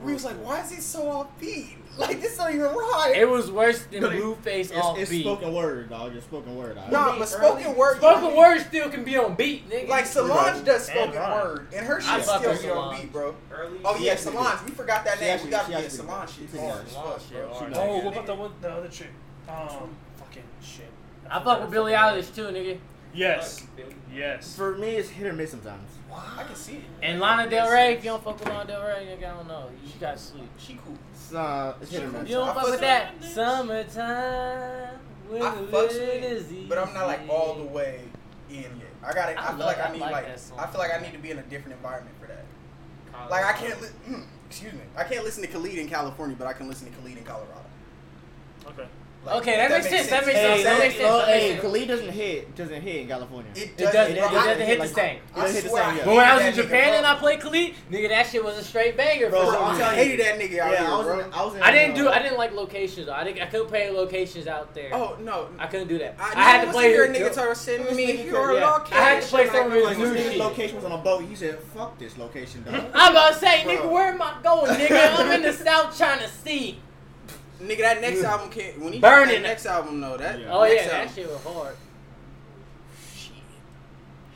A: We was like, why is he so offbeat? Like this not even right.
C: It was worse than
B: No, it-
C: Blueface
B: It's,
C: off
B: it's
C: beat.
B: spoken word, dog. It's spoken word. dog.
A: nah, but spoken word.
C: Spoken word still can be on beat, nigga.
A: Like Solange does
D: And
A: spoken
D: rhyme.
A: word, and her
C: I
A: shit
C: fuck
A: still
C: with
A: be on
C: Solange.
A: beat, bro.
E: Early.
A: Oh yeah,
B: Yes, we
A: Solange. We forgot that
B: She
A: name.
B: actually-
A: We gotta
B: she
A: get
B: actually-
A: Solange. Shit.
B: she
A: hard
B: actually-
A: as fuck,
C: shit
A: bro.
C: hard.
B: She
D: Oh,
B: like-
D: what about the, what, the other chick? Um, fucking shit.
C: I fuck with Billie Eilish too, nigga.
D: Yes. Yes.
B: For me, it's hit or miss sometimes.
A: I can see it.
C: And Lana Del Rey, if you don't fuck with Lana Del Rey, nigga, I don't know. You got sleep.
A: She cool.
B: It's, uh, it's hit or
C: You
B: miss.
C: don't
A: I
C: fuck
A: fuck
C: with that summertime. When
A: I
C: the
A: fucks
C: living
A: with
C: is
A: it, but I'm not like all the way in yet. I got to
C: I
A: I, feel
C: love-
A: like
C: I
A: I need
C: like
A: like,
C: that song.
A: I feel like I need to be in a different environment for that. Like I can't li- mm, excuse me. I can't listen to Khalid in California, but I can listen to Khalid in Colorado.
D: Okay.
A: Like,
C: Okay,
A: if
C: that makes sense, that makes
A: you know what I'm
C: sense, that
A: saying?
C: makes sense.
B: Oh,
C: Listen,
B: hey,
C: listen.
B: Khalid doesn't hit. Doesn't hit in California.
A: It
C: It doesn't, it
A: bro, I-
C: doesn't hit the
B: like-
C: same.
B: It doesn't hit the
A: I swear
B: same.
A: I-
C: But when I was
A: that
C: in
A: nigga,
C: Japan and
A: bro.
C: I played Khalid, nigga, that shit was a straight banger.
B: Bro,
C: for
A: Bro,
C: some
B: I'm
A: I
B: telling
C: reason.
A: hated that nigga out
B: yeah,
A: here,
B: I was.
A: bro.
B: In, I was. In,
C: I didn't
B: uh,
C: do. I didn't like locations. Though. I didn't. I couldn't play locations out there.
A: Oh no.
C: I couldn't do that. I,
A: I,
C: had to play.
A: your
C: the-
A: nigga started sending me
B: This nigga
A: your
B: could- yeah.
A: location.
C: I had to play some of his
B: Like,
C: new
B: when
C: shit.
B: his location was on a boat, he said, "Fuck this location, dog."
C: I'm about to say,
A: Bro.
C: nigga, where am I going, nigga? I'm in the South China Sea.
A: Nigga, that next album can't. When he
C: Burning
A: dropped
C: it.
A: that next album though, that
B: Yeah.
C: Oh
A: next
C: yeah, that
A: album-
C: shit was hard.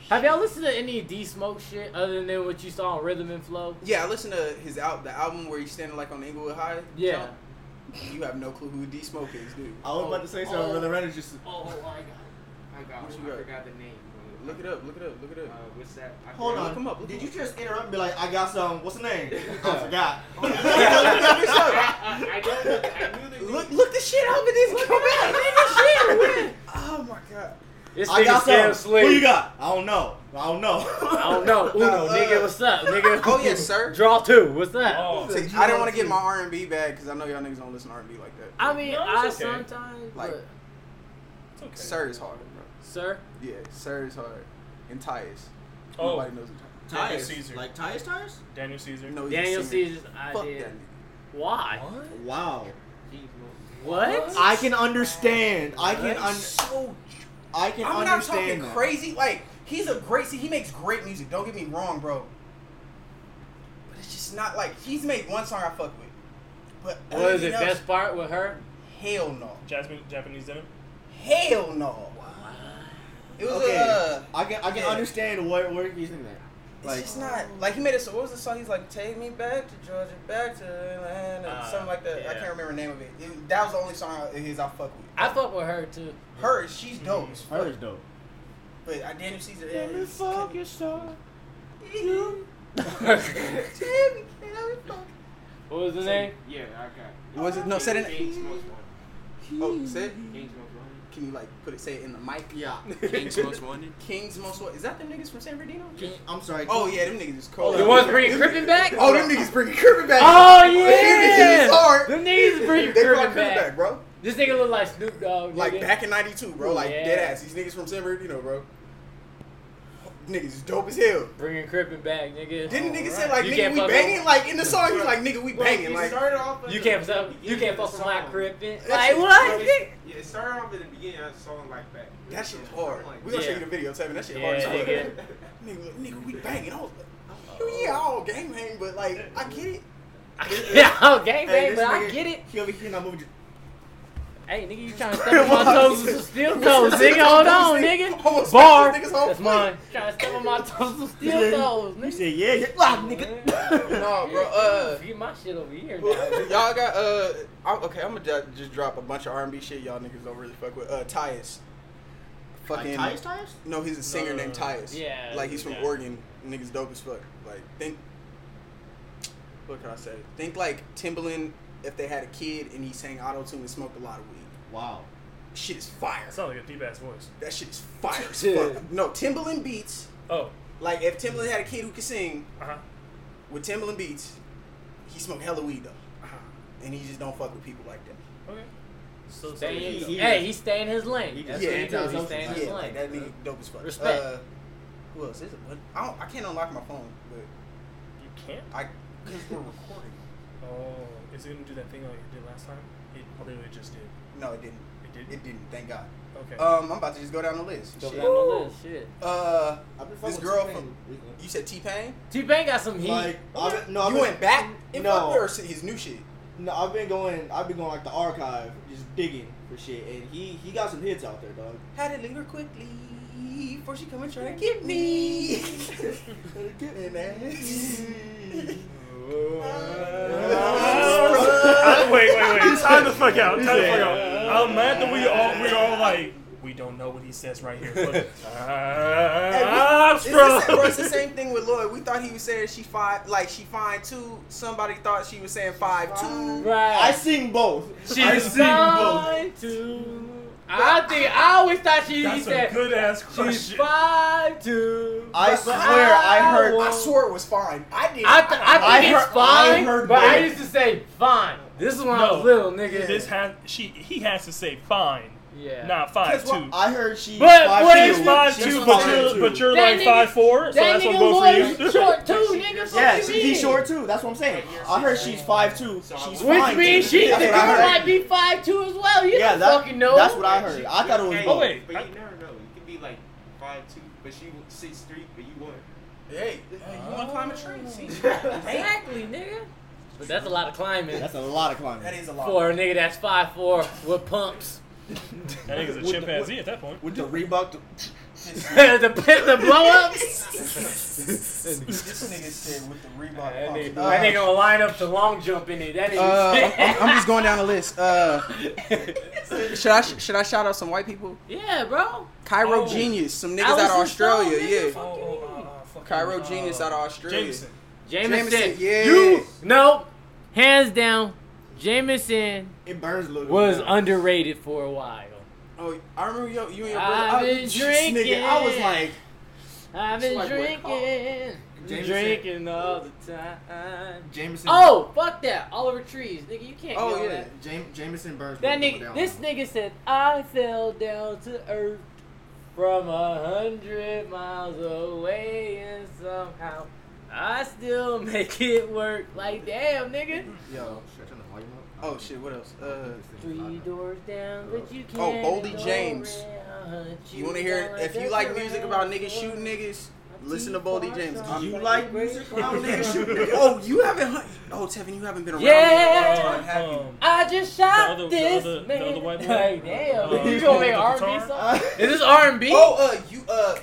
C: Have y'all listened to any D Smoke shit other than what you saw on Rhythm and Flow?
A: Yeah, I listened to his out the album where he's standing like on Inglewood High.
C: Yeah.
A: jump. You have no clue who D Smoke is, dude.
B: I was about to say something, but the runner just.
E: Oh, I got. I got.
A: What
E: What
A: you got?
E: I forgot the name.
A: Look it up. Look it up. Look it
E: Uh,
A: up.
E: what's that? I
B: Hold
E: forgot-
B: on.
A: Look him up, look
B: Did
A: him
B: you just interrupt and be like, I got some, what's the name? I forgot.
E: I, I, I don't. know- I knew the name.
A: Look, look the shit up and this come out. Oh my god.
C: This
B: I
C: nigga
B: got
C: Sam
B: some.
C: Slick.
B: Who you got? I don't know. I don't know.
C: I don't know. Uno,
A: Nah, uh,
C: nigga, what's up, nigga?
A: Oh yes, sir.
C: Draw two. What's up?
D: Oh,
A: See, I didn't want to get my R and B bag because I know y'all niggas don't listen to R and B like that.
C: I mean,
D: No,
C: I
D: it's okay.
C: sometimes
A: Like-
C: but-
D: it's okay.
A: Sir is hard, bro.
C: sir.
A: Yeah, sir is hard. And Tyus.
D: Oh.
A: Nobody knows who Tyus.
D: Tires. Caesar.
B: Like tires, tires?
D: Daniel Caesar.
A: is. No, he's a
C: Daniel
A: singer.
C: Caesar's
A: Fuck
C: idea.
A: that nigga.
C: Why?
B: Wow.
C: What?
B: I can understand. I can
A: That's
B: un-
A: so
B: I can
A: I'm not talking
B: understand that.
A: crazy. Like he's a great. See, he makes great music. Don't get me wrong, bro. But it's just not like he's made one song I fuck with. But
C: What is
A: other
C: it?
A: than else,
C: Best part with her?
A: Hell no.
D: Jasmine, Japanese denim.
A: Hell no. It was
B: Okay.
A: a. Uh,
B: I can I can
A: Yeah.
B: understand where where he's in there.
A: it's
B: Like
A: just not like he made a song. What was the song? He's like, "Take me back to Georgia, back to Atlanta,"
C: Uh,
A: something like that. I
C: yeah.
A: can't remember the name of it. it. That was the only song of his I fuck with.
C: I fuck with her too.
A: her, she's dope. as fuck.
B: her is dope.
A: But I Daniel Caesar.
B: Let me
A: is-
B: fuck your soul.
A: You.
C: What was the name?
E: Yeah, I got.
A: Was it- no, said it-
E: King's most
A: Oh, sit.
E: King's most wanted.
A: Can you like put it say it in the mic?
B: Yeah.
G: Kings most wanted.
A: Kings most what? Is that them niggas from San Bernardino?
B: King- I'm sorry.
A: Oh yeah, them niggas is cold.
C: The ones bringing Crippen back?
A: Oh, them niggas bringing Crippen back.
C: Oh, yeah!
A: them niggas is hard.
C: Them niggas bringing
A: They brought
C: Crippen
A: Crippen
C: back.
A: back, bro.
C: This nigga look like Snoop Dogg.
A: Like
C: nigga.
A: back in '92, bro. Like
C: Yeah.
A: dead ass. These niggas from San Bernardino, bro. Niggas is dope as hell.
C: Bringing Crippen back, nigga.
A: Didn't niggas say like
C: Alright. You
A: nigga
C: can't
A: we
C: fuck
A: banging?
C: with-
A: Like in the song, he's like nigga we
E: Well,
A: banging.
E: it
A: Like
E: started off at
C: You
E: the-
C: can't
E: the
C: fuck. You
E: beginning
C: can't
E: of
C: fuck
E: the
C: with my
E: song.
C: Crippen.
A: That
C: Like
A: shit's
C: what?
E: Yeah, it started off at the beginning of the song like that.
A: that shit's hard.
E: Like,
A: We gonna show
C: Yeah.
A: you the video, Tevin. That shit
C: Yeah,
A: hard as fuck.
C: nigga.
A: Nigga, nigga, we banging. I was like, oh, yeah, all gang hang, but like, I get it.
C: Yeah, I'm gang
B: Hey,
C: bang,
B: this
C: but I
B: nigga-
C: get it.
B: He over here not moving.
C: Hey, nigga, you trying to step on my toes with some steel toes, nigga? Hold on, nigga.
A: Almost
C: Bar.
A: smacked this nigga's whole
C: That's
A: foot.
C: mine. Trying to step on my toes with steel toes,
B: You
C: nigga.
B: said yeah, yeah. Ah, nigga.
A: No, bro,
C: Yeah,
A: uh,
C: get my shit over here. now.
A: y'all got uh, I'm, okay. I'm gonna ju- just drop a bunch of R&B shit. Y'all niggas don't really fuck with. Uh, Tyus. Fucking.
B: Like tires, tires.
A: No, he's a singer
D: No, no,
A: named
D: no.
A: Tyus.
C: Yeah,
A: Like he's from
C: yeah.
A: Oregon. Niggas dope as fuck. Like think. What can I say? Think like Timbaland if they had a kid and he sang auto tune and smoked a lot of weed.
B: Wow.
A: Shit is fire.
D: That sounds like a deep ass voice.
A: That shit is fire as
C: Yeah.
A: fuck. No, Timbaland beats.
D: Oh,
A: Like if Timbaland had a kid who could sing
D: uh huh.
A: with Timbaland beats, he smoked hella weed though, and he just don't fuck with people like that.
D: uh-huh. Okay. So, so
C: Stay in-
B: he-
C: hey, he stay in his lane.
B: he
C: That's
B: just-
C: what he
B: yeah,
C: does. He
B: that's-
C: stay in his
A: Yeah, like,
C: lane.
A: that nigga dope as fuck.
C: Respect.
A: Uh, who else? There's a bunch. I, don't, I can't unlock my phone, but
D: you can't.
A: I because we're recording.
D: Oh, is it gonna do that thing like it did last time? It literally just did.
A: No, it didn't.
D: It Oh. did.
A: It didn't. Thank God.
D: Okay.
A: Um, I'm about to just go down the list.
C: Go
A: Shit.
C: down the list, shit.
A: Uh,
F: I've been
A: this
F: fucking
A: girl
F: with
A: from
F: T-Pain recently. Oh,
A: you said T Pain.
C: T Pain got some heat.
F: E- Like, I've been- no, I've
A: you
F: been-
A: went back and
F: No.
A: fucked her or his new shit.
F: No, I've been going. I've been going like the archive, just digging for shit, and he he got some hits out there, dog.
A: Had it linger quickly before she come and try to get me.
F: Get
D: I- wait, wait, wait. Time the fuck out. Time the fuck out. I'm mad that we all we all like we don't know what he says right here. But, I'm
A: It's the, same, bro,
D: struggling.
A: it's the same thing with Lloyd. We thought he was saying she five, like she fine too. Somebody thought she was saying five two.
F: I
C: right.
F: sing both. I
C: She's
F: sing both.
C: fine too. I think I always thought she he
D: That's a
C: said
D: good ass
C: she's
D: question.
C: five two.
F: I
A: But- but
F: swear, I heard.
A: I swore it was fine. I did.
C: I, th- I
F: I
C: think
F: heard-
C: it's fine,
F: I heard
C: but I
F: that.
C: used to say fine. This is when I
D: No.
C: was little, nigga.
D: This has she he has to say fine,
C: yeah.
D: not five
A: That's what
D: two.
F: I heard she.
D: But
F: five
D: what
F: two.
D: is five two?
A: She's
D: But
A: five
D: you're
A: two.
D: but you're
C: That
D: like
C: nigga-
D: five four, so
C: that
D: that's
C: nigga
D: one goes for
C: Lloyd
D: you.
C: is short too, nigga. Fuck
F: Yeah,
C: you
F: she, he's
C: mean?
F: short too. That's what I'm saying. I heard she's five two. She's fine.
C: Which means she the
F: That's
C: girl
F: what I heard.
C: might be five two as well. You
F: yeah,
C: don't
F: that,
C: fucking know.
F: that's what I heard. I thought it was
E: Hey,
D: Oh,
F: both.
D: wait.
E: But you never know. You could be like five two, but she six three, but you won.
A: Hey, you want to climb a tree?
C: Oh.
A: See?
C: Exactly, nigga. But that's a lot of climbing
F: That's a lot of climbing.
A: That is a lot.
C: for a nigga that's five four with pumps.
D: That nigga's a
F: With the-
D: chimpanzee at that point.
F: With the Reebok, the-
C: the, the blow ups.
A: This nigga said with the Reebok.
C: That nigga,
A: Uh,
C: that nigga gonna line up to long jump in it. That nigga.
A: uh, I'm, I'm- I'm just going down the list. Uh, should I should I shout out some white people?
C: yeah, bro.
A: Cairo
D: Oh.
A: Genius, some niggas
C: Allison
A: out of Australia.
C: Stone, nigga,
A: yeah,
C: oh, fuck you mean?
D: fucking,
A: Cairo
D: uh,
A: Genius out of Australia.
D: Jameson.
C: Jameson,
A: Jameson, yeah.
C: you no, hands down, Jameson
F: it burns a little.
C: was
F: bit.
C: underrated for a while.
A: Oh, I remember you, you and your brother.
C: I've
A: I-
B: oh,
C: been
A: nigga,
C: drinking.
A: I was like,
C: I've been
A: Like what?
C: drinking,
B: Jameson.
C: drinking all the time.
B: Jameson.
C: Oh, fuck that, Oliver Trees, nigga, you can't.
A: Oh,
C: go
A: yeah.
C: That.
B: Jam- Jameson burns.
C: That
B: people
C: nigga,
B: down.
C: this nigga said, I fell down to earth from a hundred miles away, and somehow I still make it work. Like, damn, nigga.
A: yo.
B: Should I turn the volume up?
A: Oh shit, what else? Uh,
C: Three doors down, but you can't.
A: Oh, Boldy James. you want to hear? If you like music about niggas shooting niggas, listen to Boldy James.
F: Do
A: I'm-
F: you like music?
A: Oh, niggas shooting niggas. Oh, you haven't. hun- Oh, Tevin, you haven't been around.
C: Yeah.
A: Me in a long time, have you?
D: Um,
C: I just shot
D: The other- the
C: this
D: other- the
C: man.
D: other white boy?
C: Like, damn,
D: Uh,
C: you gonna make
D: the
C: R and B
D: guitar?
C: song? Is this R and B?
A: Uh, Oh, uh, you uh,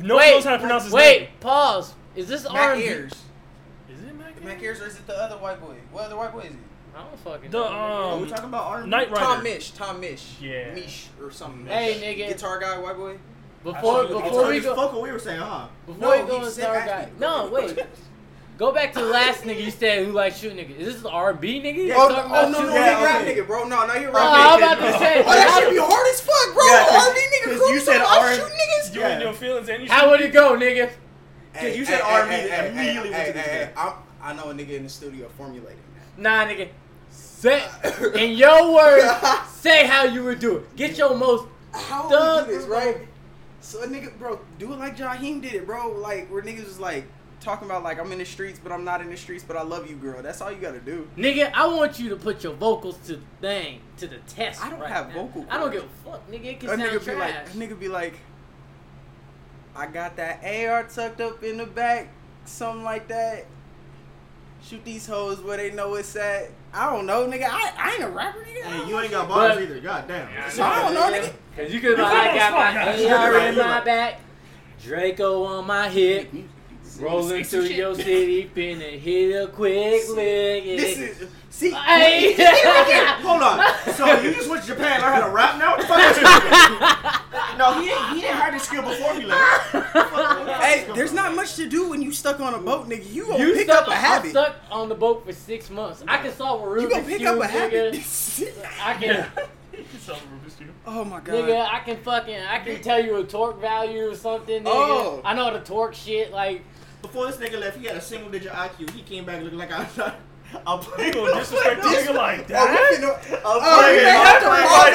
D: no one
C: wait,
D: knows how to pronounce his
C: Wait,
D: name.
C: pause. Is this R
A: Mac
C: and B?
A: Ayers.
D: Is it Mac?
A: Mac Ayers, or is it the other white boy? What other white boy is it?
C: I don't fucking
D: The,
C: know.
D: um,
B: Oh, we talking about R&B.
D: Knight Rider.
A: Tom Mish. Tom Mish.
D: Yeah.
A: Mish or something.
C: Hey, nigga.
A: Guitar guy, white boy.
C: before
D: Absolutely.
C: before
D: Here
C: we
B: Just
C: go
B: fuck what we were saying, huh?
C: before
A: No,
C: we go
A: he
C: into
A: said
C: our
A: ask
C: guy.
A: me.
C: No, wait. Go back to the last nigga you said who like shoot nigga. Is this the R&B nigga? you
A: Oh,
C: talking
A: no,
C: about
A: oh, no, no,
C: shooting
A: he
F: Yeah,
A: rap
F: okay.
A: nigga, bro. No, no, he rap
C: Oh,
A: nigga.
C: I'm about to say.
A: Oh, that
C: how-
A: should be hard as fuck, bro.
F: Yeah, 'cause-
A: R&B nigga,
F: 'cause
A: group
F: you said
A: photo, I
F: R-
A: shoot niggas.
D: You
F: Yeah.
D: in your feelings and you
C: How would it go, nigga?
F: Because you said R&B and immediately went to this
A: hey,
F: nigga.
A: I'm, I know a nigga in the studio formulating that.
C: Nah, nigga. Say in your words. Say how you would do it. Get your most.
A: How
C: Doug,
A: we do this,
C: bro.
A: right? So a nigga, bro, do it like Jaheim did it, bro. Like where niggas was like talking about like I'm in the streets, but I'm not in the streets, but I love you, girl. That's all you gotta do.
C: Nigga, I want you to put your vocals to the thing, to the test.
A: I don't
C: right
A: have
C: now.
A: vocal
C: I don't
A: cords.
C: give a fuck, nigga. It
A: A
C: can sound
A: nigga be
C: trash.
A: like, a nigga be like, I got that AR tucked up in the back, something like that. Shoot these hoes where they know it's at. I don't know, nigga. I, I ain't a rapper, nigga. I
B: Hey,
A: don't
B: you ain't
A: know.
B: got bars
C: But-
B: either. God damn.
E: Yeah,
A: So I don't know, nigga.
C: Cause you could
D: You
C: like, I
D: could've
C: got
D: fucked
C: my
D: us.
C: AR in
B: Right,
C: my
B: right.
C: back, Draco on my hip, rolling through your city, finna hit a quick lick.
A: This is see.
C: Hey.
B: Hold on. So you just went to Japan and learned how to rap now? What the fuck is this? No, he, ain't- he didn't have this skill before he left.
A: Hey, there's not much to do when you stuck on a boat, nigga. You gonna
C: you
A: pick
C: stuck,
A: up a
C: I'm
A: habit.
C: stuck on the boat for six months. I can solve a
A: You
C: Rubik's
A: gonna
C: cube,
A: pick up a habit.
C: nigga. I can,
A: oh my god.
C: nigga, I can fucking, I can tell you a torque value or something, nigga.
A: Oh.
C: I know the torque shit, like.
B: Before this nigga left, he had a single digit IQ. He came back looking like I'm not. I'm
D: You
B: playing.
D: gonna disrespect a nigga like
A: Oh,
D: that?
A: we finna,
B: I'm
A: oh, we
B: playing.
A: finna have to
B: I'm
A: pause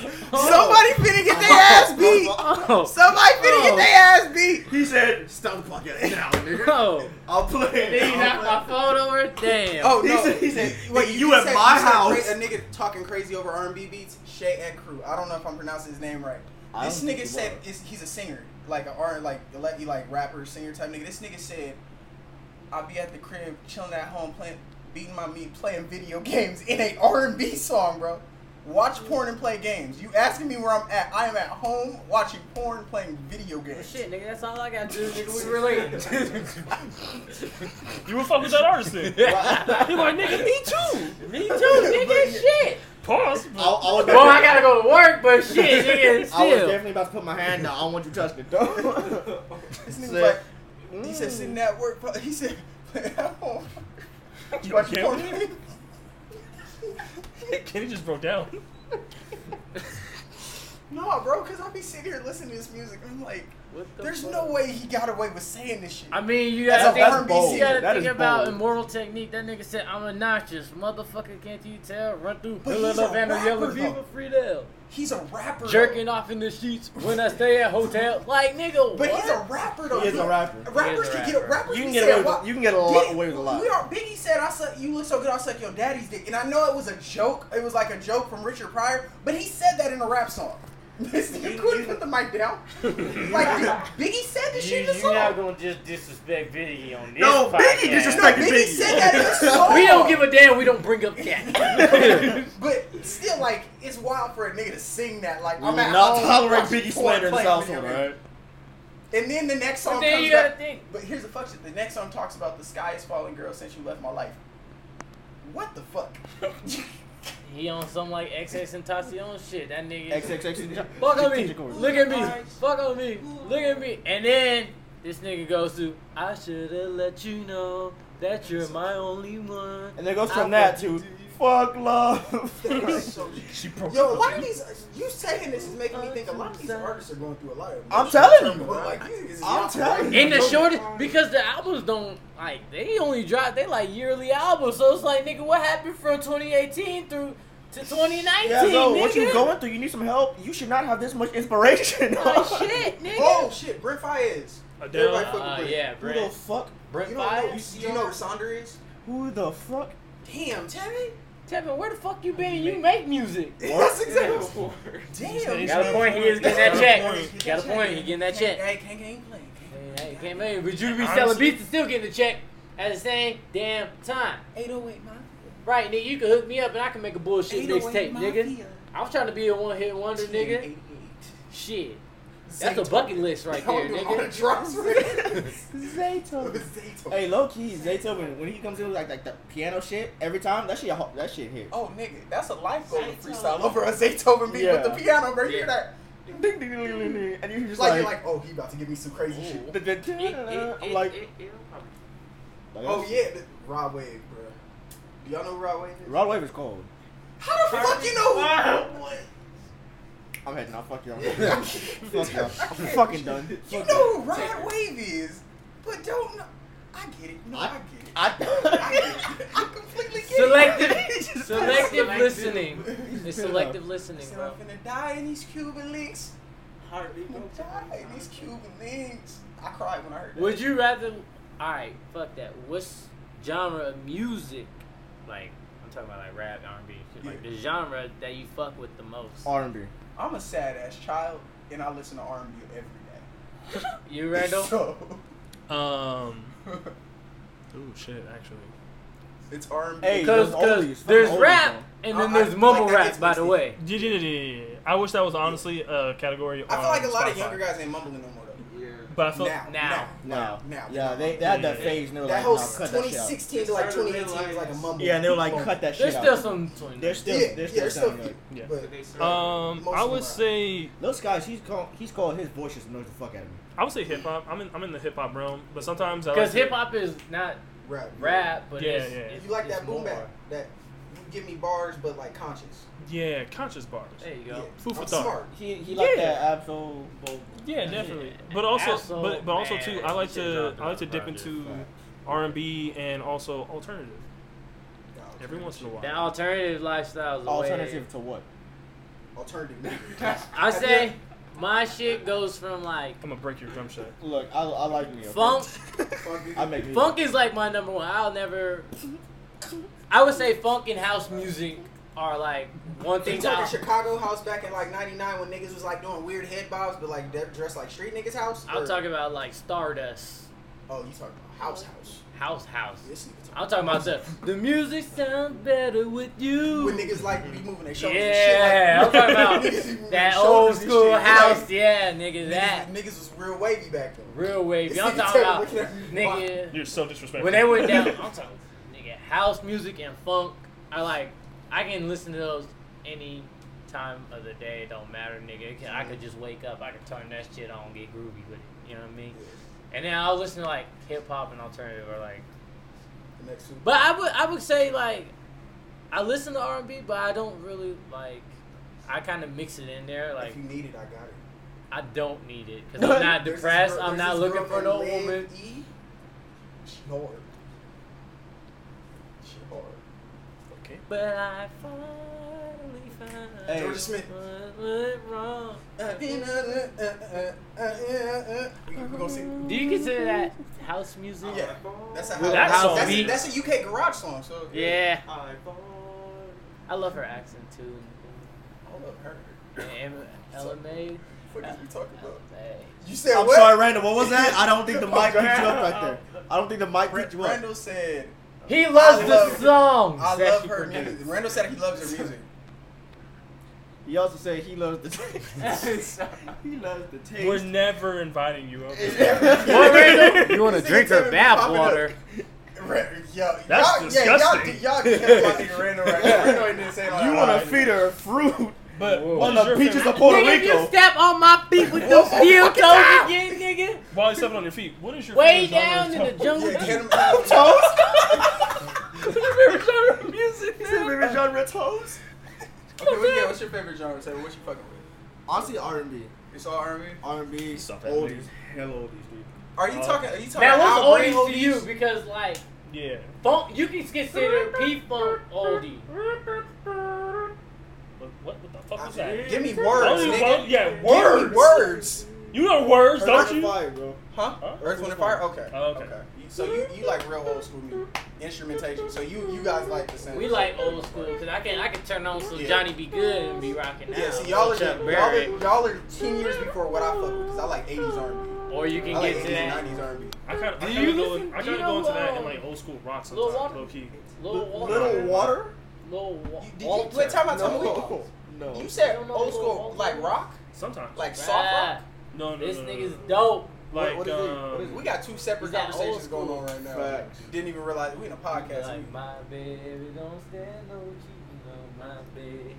A: the
D: You back.
A: podcast. Somebody finna get their ass beat.
C: Oh.
A: Somebody finna get their ass beat.
B: He said, "Stop the podcast now, nigga."
C: Oh.
B: I'm playing.
C: Did he
B: I'm
C: knock my
B: playing.
C: phone over? Damn.
A: Oh
B: He
A: no!
B: said- he said,
A: Wait,
B: "You at
A: said-
B: my
A: you said
B: house."
A: cra- A nigga talking crazy over R&B beats. Shay and Crew. I don't know if I'm pronouncing his name right.
F: I
A: This
F: don't think
A: nigga
F: he
A: said
F: was.
A: is, he's a singer, like a R, like like he like rapper, singer type nigga. This nigga said, "I'll be at the crib, chilling at home, playing, beating my meat, playing video games in a R&B song, bro. Watch porn and play games. You asking me where I'm at? I am at home watching porn, playing video
C: Well,
A: games.
C: Shit, nigga, that's all I got to do, nigga. We related.
D: You would fuck with that artist then. He like, nigga, me too.
C: Me too, nigga. Shit.
D: Pause.
B: I, I was
C: Well, I gotta go to work, but shit, nigga,
B: I was
C: still.
B: definitely about to put my hand down. I don't want you touching it. though.
A: This nigga
B: Said-
A: like, he said sitting at work. bro." He said, playing at home,
D: You
A: watching
D: can't
A: porn."
D: believe it. Kenny just broke down.
A: No, bro, because I be sitting here listening to this music and I'm like,
C: What the
A: there's
C: fuck?
A: no way he got away with saying this shit.
C: I mean, you
A: That's
C: gotta
A: a-
C: think,
A: that's bold.
C: you gotta
F: That
C: think
F: is
C: about
F: bold.
C: immoral technique. That nigga said, "I'm obnoxious, motherfucker. Can't you tell? Run through
A: But
C: pillar
A: he's a
C: of and a yellow
A: rapper,
C: fever,
A: though.
C: Friedel.
A: he's a rapper.
C: Jerking
A: though.
C: off in the sheets when I stay at hotel. Like, nigga,
A: But
C: what?
A: he's a rapper though.
F: He is a rapper.
A: Rappers
C: He is a
A: can get a
C: rapper.
A: rappers
F: You can
A: be
F: get
A: saying
F: away with-
A: what-
F: you can get a lot-
A: Did-
F: away with a lot.
A: We are, Biggie said, "I suck. You look so good. I suck your daddy's dick." And I know it was a joke. It was like a joke from Richard Pryor, but he said that in a rap song. This nigga couldn't put the mic down. like Biggie said this shit in the song.
C: gonna just disrespect Biggie on this
B: No, Biggie
A: No,
B: disrespect-
A: Biggie
B: Biggie.
A: said that in the song.
C: We don't give a damn. We don't bring up that.
A: But still, like, it's wild for a nigga to sing that. Like,
F: We will
A: I'm at
F: not
A: home
F: tolerate
A: watching
F: Biggie
A: porn
F: slander in this
A: playing
F: household,
A: video
F: alright?
A: games. And then the next song
C: But then
A: comes
C: you gotta
A: back-
C: think.
A: But here's the fuck shit. The next song talks about the sky is falling, girl, since you left my life. What the fuck?
C: He on some like XX and Tacion shit. That nigga.
F: XXX.
C: Fuck on me. Look at me. Fuck on me. Look at me. And then this nigga goes to, I should have let you know that you're my only one.
F: And then goes from that to fuck love.
A: So-
D: She broke
A: Yo, a lot of these, you saying this is making me think a lot of these artists are going through a lot of.
F: I'm telling you,
A: turmoil.
F: bro.
A: Like, niggas is
F: I'm
A: not-
F: telling you.
C: In the shortest, because the albums don't like they only drop they like yearly albums, so it's like nigga, what happened from 2018 through to 2019?
F: Yeah, so what you
C: nigga?
F: going through? You need some help. You should not have this much inspiration.
C: Like, shit, nigga.
A: Oh shit, Brent Fayez.
D: Adele.
A: Everybody fucking
C: Uh,
A: Brent.
C: yeah,
F: Who the
C: Brent.
F: fuck?
C: Brent
A: You don't know. You,
C: Fires.
A: see- you know who Sandra is?
F: Who the fuck?
A: Damn, Terry.
C: Tevin, where the fuck you been? You make music.
A: That's exactly. Damn.
D: He's
C: Got a
A: man.
C: point. He is getting
D: Got
C: that
D: a
C: check.
D: point.
C: Got a point. He getting that check.
A: Hey, can't can't play.
C: Hey, can't make it. But you be
D: Honestly-
C: selling beats and still getting a check at the same damn time.
A: 808 man.
C: Right, nigga, you can hook me up and I can make a bullshit mixtape, nigga. I was trying to be a one hit wonder, nigga. Shit. That's a bucket list right there, nigga.
F: Zaytoven. Hey, low key, Zaytoven, when he comes in with like, like the piano shit, every time, that shit, ho- that shit hit.
A: Oh, nigga, that's a life goal to freestyle over a Zaytoven beat with the
F: Yeah.
A: piano, bro. You hear
E: Yeah.
A: that?
F: Ding, ding, ding, ding, ding, ding. And you just
A: Like,
F: like,
A: you're like, oh, he about to give me some crazy shit.
F: da- da- da- da- da. I'm like, Like,
A: Oh
F: that's-
A: yeah, th- Rod Wave, bro. Do y'all know who Rod Wave? Is?
F: Rod Wave is cold.
A: How the fuck you know? who-
F: I'm heading out. Fuck y'all. fuck y'all. I'm fucking done.
A: You
F: Fuck
A: know who Rod Wave is, but don't know. I get it. No, I,
F: I-
A: get it. I,
F: I,
A: get it. I completely get it.
C: Selective,
A: Just-
C: selective listening.
F: He's
C: It's
F: pissed
C: selective
A: I
C: listening,
A: said,
C: bro.
A: I'm finna die in these Cuban links. I'm finna die in these Cuban links. I cried when I heard that.
C: Would you rather? All right, fuck that. What's genre of music? Like I'm talking about like rap, R and B, like the genre that you fuck with the most.
F: R&B.
A: I'm a sad ass child, and I listen to R&B every day.
C: You Randall?
A: So
D: Um. Ooh, shit. Actually,
A: it's R&B.
F: Hey,
C: Because
F: there's oldies,
C: there's,
F: fucking oldies,
C: rap and
A: though.
C: then
A: I- I
C: there's mumble
A: like that
C: rap. By the
A: Xbox
C: way,
D: Yeah, yeah, yeah, yeah. I wish that was honestly a category.
A: I feel
D: on
A: like a lot of
D: Spotify.
A: younger guys ain't mumbling no more though.
B: Yeah.
D: But I feel
A: now,
C: Now.
F: No.
A: now, now.
F: Yeah, they, they had that
D: Yeah.
F: phase and they were
A: that
F: like,
A: whole
F: nah, cut that shit out.
A: 2016 to like 2018 was like a mumble.
F: Yeah, and they were like,
A: Mumble.
F: cut that shit
C: there's
F: out.
C: still some. between
F: They're
C: them.
F: still,
A: Yeah,
F: they're
A: yeah,
F: still
A: they're
F: sounding
A: still.
F: like-
D: Yeah.
A: But
D: Um, I would say
F: Those guys, he's called, he's called his voice just annoys the fuck out of me.
D: I would say hip hop. I'm in I'm in the hip hop realm, but sometimes I like
C: Because
D: to-
C: hip hop is not
A: rap,
C: rap, but
D: Yeah,
C: it's,
D: yeah.
C: it's-
A: You like
C: it's
A: that boom
C: more.
A: bap? That you give me bars, but like conscious.
D: Yeah, conscious bars.
C: There you
A: Yeah.
C: go.
D: Food for
A: I'm
D: thought.
A: smart.
F: He, he like
D: Yeah.
F: that absol. Bo-
D: Yeah,
C: Yeah.
D: definitely. But also,
C: Absol,
D: but but also
C: man,
D: too, I like
C: shit
D: to
C: dropping
D: I like to
C: on
D: dip
C: Fridays,
D: into
F: right.
D: R and B and also alternative
A: Nah,
D: every once in a
C: That
D: while.
C: alternative lifestyle is a
F: Alternative
C: way.
F: to what?
A: alternative.
C: I say my shit goes from like
D: I'm gonna break your drum shot.
F: Look, I, I like me. okay?
C: funk.
F: I make music.
C: Funk is like my number one. I'll never. I would say funk and house music are like one
A: They
C: thing.
A: took a
C: I'll,
A: Chicago house back in like '99 when niggas was like doing weird head bobs, but like de- dressed like street niggas house.
C: I'm
A: Or-
C: talking about like Stardust,
A: Oh, you talking about house house?
C: house house.
A: This nigga talking
C: I'm talking about the the music sounds better with you.
A: when niggas like be moving their shoulders
C: yeah,
A: and shit. Like,
C: I'm talking
A: Niggas be
C: about
A: moving their
C: that old
A: shoulders and
C: school
A: shit.
C: house.
A: Like,
C: yeah, nigga, that
A: Niggas, niggas was real wavy back then.
C: real wave.
A: This
C: I'm
A: nigga
C: talking
A: Terry
C: about
A: looking at me.
C: nigga.
D: You're so disrespectful.
C: When they went down, I'm talking, nigga, house music and funk. I like, I can listen to those any time of the day. It don't matter, nigga. It can- I could just wake up. I could turn that shit on, get groovy with it. You know what I mean? And then I'll listen to like hip hop and alternative or like.
A: The next two-
C: But I would, I would say like, I listen to R and B, but I don't really like. I kind of mix it in there. Like
A: if you need it, I got it.
C: I don't need it because I'm not
A: There's this
C: depressed.
A: girl-
C: I'm
A: there's
C: not
A: this girl
C: looking
A: named
C: for no
A: Liv
C: woman.
A: E. She hard. She hard.
D: okay.
C: But I finally found
F: Hey.
A: Georgia Smith.
C: what went wrong.
A: We're gonna sing.
C: Do you consider that house music?
A: Yeah, that's a
C: Well,
A: that's,
C: that's
A: that's, a,
C: beat.
A: that's a UK garage song. So
C: Yeah.
E: I bought
C: I love her accent too.
A: Hold up, her.
C: And LMA.
A: What is we talking about?
C: LMA.
A: You said
F: I'm
A: what?
F: sorry, Randall. What was that? I don't think the
A: Oh,
F: mic picked you
A: Randall.
F: up right there. I don't think the mic picked you up.
A: Randall said,
C: He loves the
A: love-
C: songs.
A: "I
C: that
A: love
C: she
A: her
C: produced.
A: music." Randall said he loves her music.
F: He also said he loves the. he loves the
D: We're
F: taste.
D: never inviting you over.
C: What, Randall? You want to
A: This nigga
C: drink
A: Terry
C: her
A: be
C: bath
A: popping up.
C: water?
A: Ra- Yo,
D: That's
A: y'all,
D: disgusting.
A: Yeah, y'all, y'all can't my nigga Randall right now. Randall ain't didn't say all
F: You
A: that.
F: want to feed her fruit
D: But
C: Whoa.
D: what
F: on
D: is
F: the
D: your
F: beaches of
D: favorite,
F: Puerto
C: nigga, if you
F: Rico?
C: step on my feet
A: Oh,
C: with those heel toes again, nigga.
D: while you stepping on your feet? What is your
C: Way
D: favorite
C: down
D: genre of
C: in the
D: song?
C: jungle.
A: Yeah, get him
C: Favorite genre of music.
F: Favorite genre toes?
A: Okay, what, yeah, what's your favorite genre? Taylor? what you fucking with?
F: Honestly, R&B,
A: It's all R&B.
B: Uh,
F: R&B,
D: Stop
F: oldies,
D: that,
F: hell oldies, dude.
A: Are you
D: Uh,
A: talking? Are you talking?
C: Now,
A: Al Green
C: what's oldies to you?
A: oldies?
C: Because like.
D: Yeah.
C: Funk, you can consider P Funk oldie.
D: What, what, what the fuck was that?
A: Give me words,
D: Only
A: nigga.
D: one- yeah,
A: Give
D: words.
A: me words.
D: You know words,
F: Earth,
D: don't you?
F: Fire, bro.
A: Huh?
D: Huh?
A: Earth, Wind, and Fire. Okay.
D: Oh, okay.
A: You- So you you like real old school music, instrumentation. So you you guys like the same.
C: We like old school because I can I can turn on some
A: Yeah.
C: Johnny Be Good and be rocking out.
A: Yeah. See, y'all are,
C: Chuck
A: y'all are
C: Berry.
A: y'all are ten years before what I fuck with because I like '80s R&B.
C: or
A: I
C: you can
A: like
C: get to
A: '80s
C: that
A: and '90s R&B.
D: I kind of
C: Do
D: I
C: you
D: kind of go,
C: listen-
D: in- I
C: do you
D: kind of go
C: know,
D: into that in
C: uh,
D: like old school rock
C: Lil
D: sometimes,
C: Walter?
D: low key.
C: little
F: Little
C: Walter.
F: Water?
C: Little Wa-
A: You, did you,
C: Walter.
A: wait, time out, time out.
F: No.
A: Wait,
C: Oh.
F: No.
A: You said
C: You don't know
A: old
C: Lil
A: school
C: Walter?
A: like rock,
D: Sometimes.
A: like
C: Bruh,
A: soft rock.
D: no, no,
C: This
D: no, no,
C: nigga's
D: no.
C: dope.
D: Like,
F: What- what is it? What is
D: um,
A: We got two separate
C: Is that
A: conversations going
C: old school?
A: on right now.
F: Facts.
A: Didn't even realize we in a podcast.
C: Like,
A: We-
C: my baby don't stand no cheating on my baby.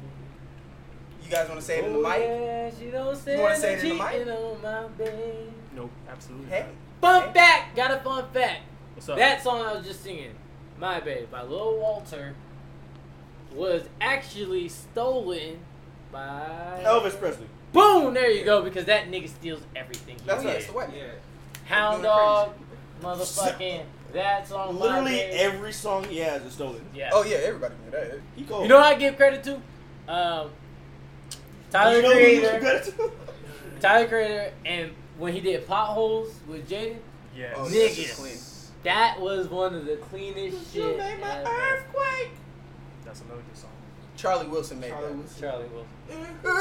A: you guys want to say it in the
C: Oh,
A: mic?
C: Yeah, she don't stand
A: wanna
C: no
A: say it in the mic?
C: cheating on my baby.
D: nope, absolutely.
A: Hey,
D: not.
C: Fun
A: Hey.
C: fact, got a fun fact.
D: What's up?
C: That song I was just singing, My Babe by Lil Walter, was actually stolen by
B: Elvis Presley.
C: Boom! There you go, because that nigga steals everything. He
A: That's
C: does.
A: right. So what?
E: Yeah.
C: Hound
A: You're going
C: Dog, motherfucking. That's on
B: Literally
C: Oh, my Babe.
B: every song he has is stolen.
C: Yeah.
A: Oh yeah, everybody knew that.
B: He called.
C: You know who I give credit to? Um, Tyler
B: You know who he was
C: Creator.
B: better to?
C: Tyler Creator, and when he did potholes with Jaden,
D: yeah.
A: Oh, yeah,
C: Niggas.
A: she's clean.
C: that was one of the cleanest shit.
B: You made my
C: ever.
B: earthquake.
D: That's another good song.
A: Charlie Wilson made
B: Charlie Wilson.
C: Charlie Wilson.
A: that.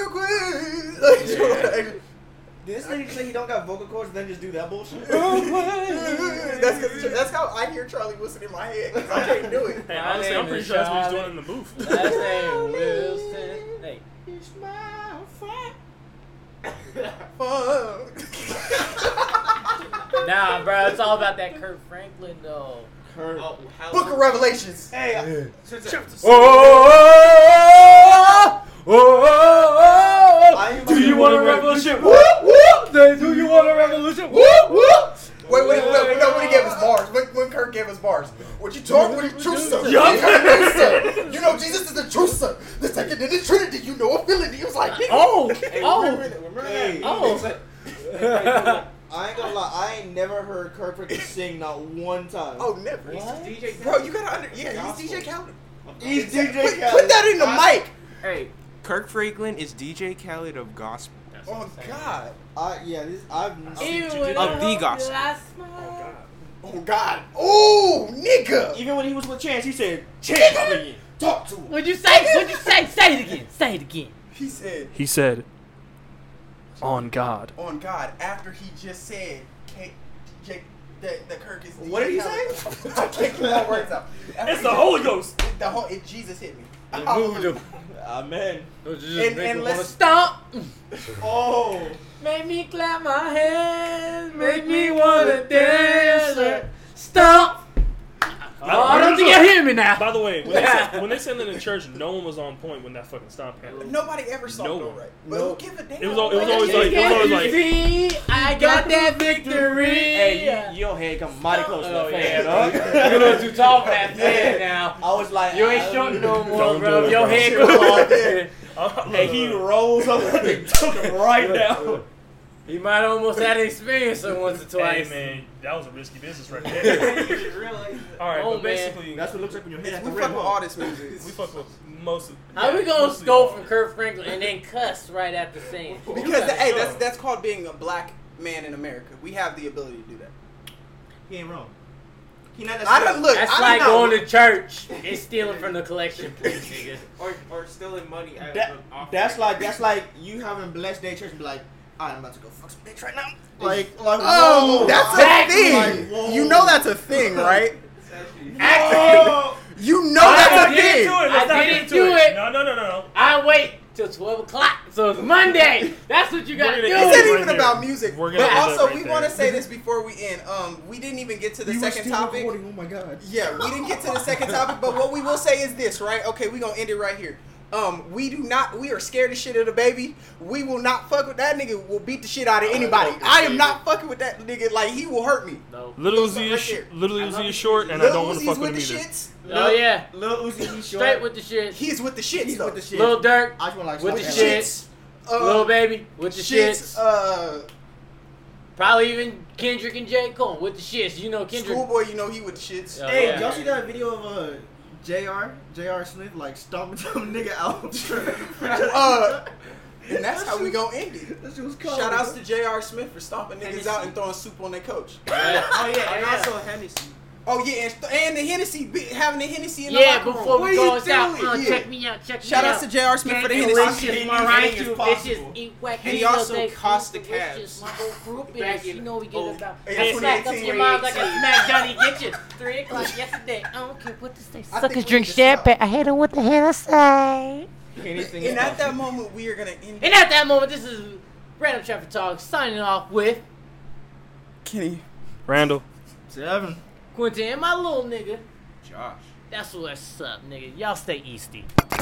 B: Did this nigga say he don't got vocal cords and then just do that bullshit?
A: that's, 'cause- that's how I hear Charlie Wilson in my head. 'cause I can't do it.
D: Hey,
C: My
D: honestly,
C: name
D: I'm pretty
C: is
D: sure that's what he's doing
C: Charlie.
D: in the booth.
C: Last name Wilson. Hey,
B: It's my fault.
A: Fuck.
C: nah, bro, it's all about that Kurt Franklin though.
B: Kurt.
E: Oh, how
A: Book of Revelations.
B: Hey, I-
D: Oh, oh,
B: I
D: oh,
B: hear my
D: Do you
B: people
D: want a
B: in there.
D: revolution? Whoop, whoop. They do you want a revolution? Whoop, whoop.
A: Wait, wait, wait, wait, no, when he gave us bars, when, when Kirk gave us bars, what you talk, what you choose, sir?
D: Yup.
A: You got the truth, sir. You know Jesus is the truth, sir. The second in the Trinity, you know a feeling. He was like,
D: Oh,
C: Oh,
B: Hey,
C: oh,
B: I ain't gonna lie. I ain't never heard Kurt Franklin sing not one time.
A: oh, never.
C: What?
E: DJ
A: Bro, you gotta under, yeah, he's DJ Khaled.
B: he's DJ
A: Put,
B: Khaled.
A: put that in the mic.
C: hey,
E: Kirk Franklin is DJ Khaled of gospel.
C: That's what
A: Oh
C: I'm saying.
A: God.
B: I, yeah, this, I've.
C: Even when
E: Of
C: I
E: the
C: hold you,
E: gospel.
C: I smile.
A: Oh God. Oh nigga.
B: Even when he was with Chance, he said, "Chance, I'm in. talk to him."
C: What'd you say? What'd you say? Say it again. Say it again.
A: He said,
D: He said, "On God."
A: on God, after he just said, K- J- that, that Kirk is. DJ
B: What did he
A: Khaled. I can't get my words out. After
D: It's
A: he
D: the
A: just-
D: Holy Ghost.
A: The whole it, Jesus hit me.
B: Amen.
A: And, and let's
C: Stop.
B: Oh,
C: Make me clap my hands. Make me wanna dance. Stop. Oh, I don't think you hear me now.
D: By the way, when they, said, when they said that in church, no one was on point when that fucking stop happened.
A: nobody ever saw
D: No
A: no
D: one.
A: right. But
B: No.
A: who give a damn?
D: It was al- it was always
C: You
D: like- it was always like-
C: see, I got that victory.
B: hey, you, your head come mighty close to
C: Oh,
B: that fan,
C: yeah.
B: huh?
C: You're a little too tall for that fan now.
B: I was like,
C: You ain't
B: I-
C: short no more,
D: Don't
C: bro.
D: do it,
C: Your
D: bro.
C: head go
D: uh,
B: And he rolls up and took him right now.
C: He might almost had experience it once or
D: Hey
C: twice.
D: man, that was a risky business right there. All right,
C: Oh, man.
D: but basically,
B: That's what it looks like when your head at
A: We
B: the
A: fuck
B: rim.
A: with all this music
D: we fuck with most of.
C: How
D: yeah,
C: we gonna
D: mostly
C: go
D: all.
C: from Kurt Franklin and then cuss right after saying? it?
A: because hey,
D: show.
A: that's that's called being a black man in America. We have the ability to do that.
B: He ain't wrong. He not
A: I don't look.
C: That's
A: I
C: like
A: don't
C: going
A: know.
C: to church and stealing from the collection plate, nigga.
E: Or, or stealing money. Out
B: That,
E: of the offering.
B: that's like that's like you having a blessed day at church and be like, all right, I'm about to go fuck some bitch right now. Like, like
A: Oh,
B: whoa,
A: that's
C: Exactly.
A: a thing.
B: Like, whoa.
A: you know that's a thing, right?
E: It's actually-
B: Whoa.
A: You know
D: Let's
A: Oh, that's
D: not
A: a
D: get
A: thing.
D: into it. Let's
C: I
D: not
C: didn't
D: get into
C: do
D: it.
C: it.
D: No, no, no, no, no.
C: I wait till twelve o'clock, so it's Monday. That's what you gotta
D: We're
C: do.
D: gonna-
A: It's not
D: Right
A: even
D: there.
A: about music.
D: We're
A: But
D: gonna end up
A: also,
D: right
A: we
D: there.
A: want to say this before we end. Um, we didn't even get to the
B: We were
A: second
B: still
A: topic.
B: recording, Oh my god.
A: Yeah, we didn't get to the second topic, but what we will say is this, right? Okay, we're gonna end it right here. Um, we do not we are scared of shit of the baby. We will not fuck with that nigga will beat the shit out of anybody. I am not fucfucking with that nigga, like he will hurt me.
C: No.
D: Little
A: Those are
D: Uzi
A: right
D: is sh-
A: there.
D: Little
E: I love
D: Uzi
E: you,
D: is short, and I
A: Lil
D: don't want to
A: Uzi's
D: fuck with him
A: the
D: either.
A: shits.
C: Oh yeah.
B: Lil Uzi, he's short.
C: Straight with the shit.
A: He's with the shits.
B: he's
A: though.
B: with the shit.
C: Little Dirk
B: I just want like
C: with the
B: something
C: shit.
B: else.
A: Uh,
C: Little baby with the shits.
A: shits. Uh
C: Probably even Kendrick and J. Cole with the shits. You know Kendrick.
A: schoolboy, you know he with the shits.
C: Oh,
B: Hey,
C: yeah.
B: y'all see that video of uh, Jr. Jr. Smith like stomping some nigga out?
A: Uh, And that's how we gonna end it.
B: That shit was cold.
A: Shout outs to J.R. Smith for stomping niggas
E: Hennessy.
A: out and throwing soup on their coach.
C: Yeah.
E: Oh yeah, and
C: Yeah.
E: also Hennessy.
A: Oh yeah, and, and the Hennessy be- having the Hennessy in the
C: Yeah,
A: locker room.
C: before
A: What
C: we
A: are you
C: go out,
A: doing?
C: uh,
A: Yeah.
C: check me out, check me out.
A: Shout out to J.R. Smith for the
C: Can't
A: Hennessy.
C: delicious,
B: Can't
C: my
B: do
C: right
B: anything
C: to
B: is
C: vicious,
B: possible.
C: ink whack,
A: And he
C: you know
A: also
C: they
E: cost the
C: food delicious,
E: Cavs.
C: My whole group
E: Back
C: is, you
E: in
C: know we get
E: oh,
C: about.
A: yeah,
C: Hey, smack up
A: 2018,
C: your mouth like a
A: 2018.
C: smack Johnny Gitchen. Three o'clock yesterday. I don't care what this say.
A: I
C: Suckers
A: think we
C: drink
A: need to stop.
C: champagne. I hate them what the hell I say.
B: Anything
A: And at that moment, we are gonna end.
C: And at that moment, this is Random Traffic Talk signing off with
A: Kenny,
D: Randall.
B: seven.
C: Quentin and my little nigga.
E: Josh.
C: That's what's up, nigga. Y'all stay easty.